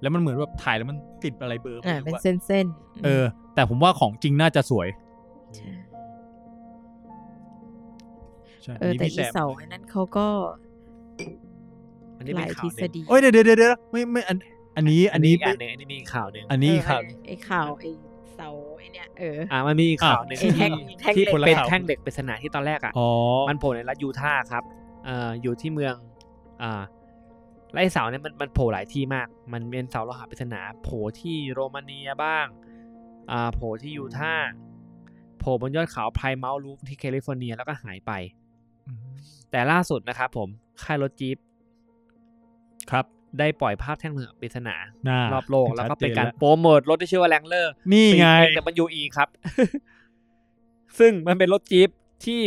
Speaker 2: แล้วมันเหมือนแบบถ่ายแล้วมันติดอะไรเบลอ
Speaker 5: อ่า
Speaker 2: ไม่รู้
Speaker 5: เป็น
Speaker 2: อะ
Speaker 5: เส้นเส้น
Speaker 2: เออ แต่ผมว่าของจริงน่าจะสวยใช่
Speaker 5: เออ
Speaker 2: นี่พี่
Speaker 5: แต่อี
Speaker 2: ซม
Speaker 5: เสาอันนั้นเขาก็
Speaker 4: อันนี้
Speaker 5: ห
Speaker 4: มี
Speaker 5: ลาย
Speaker 4: ข่า
Speaker 5: ท
Speaker 4: ว
Speaker 5: ฤ
Speaker 4: ห
Speaker 5: ษ
Speaker 4: นึ่ง
Speaker 5: ฎี
Speaker 2: เอ้ยเดี๋ยวเดี๋ยวเดี๋ยวเดี๋ยวไม่ไม่อันอันนี้
Speaker 4: อั
Speaker 2: อั
Speaker 4: น
Speaker 2: น
Speaker 4: นี้
Speaker 2: นี้
Speaker 4: อีกอันห
Speaker 2: ไม่
Speaker 4: นึ่งอันนี้มีอีกข่าวหนึ่ง
Speaker 2: อันนี้
Speaker 5: เออ
Speaker 2: ครับ
Speaker 5: ไอ้ข่าวไอ้เสาไอ้เนี่ยเออ
Speaker 4: อ่ามันมีอีกข่าวหนึ่ง
Speaker 5: อ่ะไอ้แท่งแท่ง
Speaker 4: ที่
Speaker 5: เหล็ก
Speaker 4: เป็น
Speaker 2: คนละข่าว
Speaker 4: แท่งเหล็กปริศนาที่ตอนแรกอ่ะ
Speaker 2: อ๋อ
Speaker 4: มันโผล่ในรัฐยูทาห์ครับเอ่ออยู่ที่เมืองอ่าไล่เสาเนี่ยมันมันโผล่หลายที่มาก มันเป็นเสาโลหะปริศนา โผล่ที่โรมาเนียบ้าง อ่า โผล่ที่ยูทาห์ โผล่บนยอดเขาไพรเมาลูฟที่แคลิฟอร์เนียแล้วก็หายไป
Speaker 2: อืม
Speaker 4: แต่ล่าสุดนะครับผม ค่ายรถจี๊ป
Speaker 2: ครับ
Speaker 4: ได้ปล่อยภาพแท่งเหลืองปริศนา
Speaker 2: น่าร
Speaker 4: อบโลกแล้วก็เป็นการ
Speaker 2: ชัดจ
Speaker 4: โปรโมทรถที่ชื่อว่าแรงเลอร์
Speaker 2: ะนี่ไง
Speaker 4: แต่มันยูอีครับ ซึ่งมันเป็นรถจี๊ปที่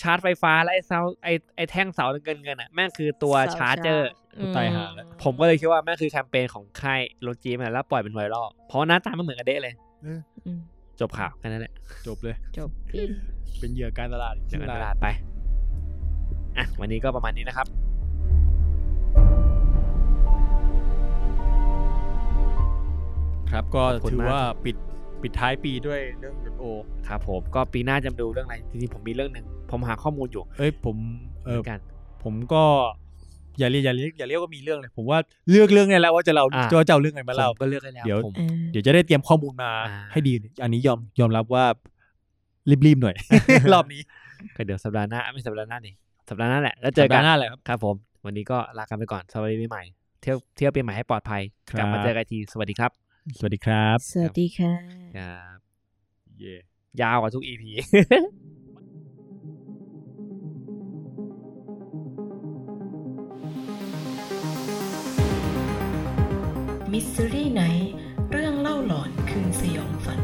Speaker 4: ชาร์จไฟฟ้า และไอ้เสาไอ้ไอ้แท่งเสาเงินเงินๆอ่ะแม่งคือตัว
Speaker 5: ส
Speaker 4: ชาร์จเจอร์
Speaker 5: อืม
Speaker 2: ตายห่าแล้ว
Speaker 4: ผมก็เลยคิดว่าแม่งคือแคมเปญของค่ายรถจี๊ปอะแล้วปล่อยเป็นไวรัลเพราะหน้าตามันเหมือนกันเด้เลย
Speaker 5: อืม
Speaker 4: จบข่าวแค่นั้นแหละ
Speaker 2: จบเลย
Speaker 5: จบปี
Speaker 2: เป็นเหยื่อการตลาดอีก
Speaker 4: เดี๋ยวกัน
Speaker 2: ใช่
Speaker 4: ต
Speaker 2: ไหม
Speaker 4: ลาดไปอ่ะวันนี้ก็ประมาณนี้นะครับ
Speaker 2: ครับก็
Speaker 4: ขอบคุณ
Speaker 2: ถือ
Speaker 4: มาก
Speaker 2: ว่าปิดปิดท้ายปีด้วยเรื่องรถโอ
Speaker 4: ครับผมก็ปีหน้าจะมาดูเรื่องอะไรจริงๆผมมีเรื่องหนึ่งผมหาข้อมูลอยู่
Speaker 2: เอ้ยผม
Speaker 4: เห
Speaker 2: เอ
Speaker 4: มื
Speaker 2: อ
Speaker 4: อนกัน
Speaker 2: ผมก็อย่าเรียกอย่าเรียกอย่าเรียกว่ามีเรื่องเลย ผมว่าเลือกเรื่องได้แล้วว่าจะเรา
Speaker 4: อ่า
Speaker 2: จะว่าจะเอาเรื่องไหนมาเล่า
Speaker 4: ผมก็เลือกให้แล้ว
Speaker 2: เดี๋ยว
Speaker 4: ผม
Speaker 5: เออ
Speaker 2: เดี๋ยวจะได้เตรียมข้อมูลมา
Speaker 4: อ่า
Speaker 2: ให้ดี อันนี้ยอมยอมรับว่ารีบๆห น่อย รอบนี้
Speaker 4: ก็เดี๋ยวสัปดาห์หน้าไม่สัปดาห์หน้านี่สัปดาห์หน้าแหละแล้วเจอ
Speaker 2: สัป
Speaker 4: กั
Speaker 2: ดาน ห์หน้าแหละครับ
Speaker 4: ครับผม วันนี้ก็ลากันไปก่อนสวัสดีปีใหม่ เที่ยวเที่ยวปีใหม่ให้ปลอดภัย
Speaker 2: ครับ
Speaker 4: กลับมาเจอกันอีกทีสวัสดีครับ
Speaker 2: สวัสดีครับ
Speaker 5: สวัสดีค่ะ
Speaker 4: ครับ
Speaker 2: เย่
Speaker 4: ยาวกว่าทุกอีพี
Speaker 3: มิสซิรี่ไนท์เรื่องเล่าหลอนคืนสยองฝัน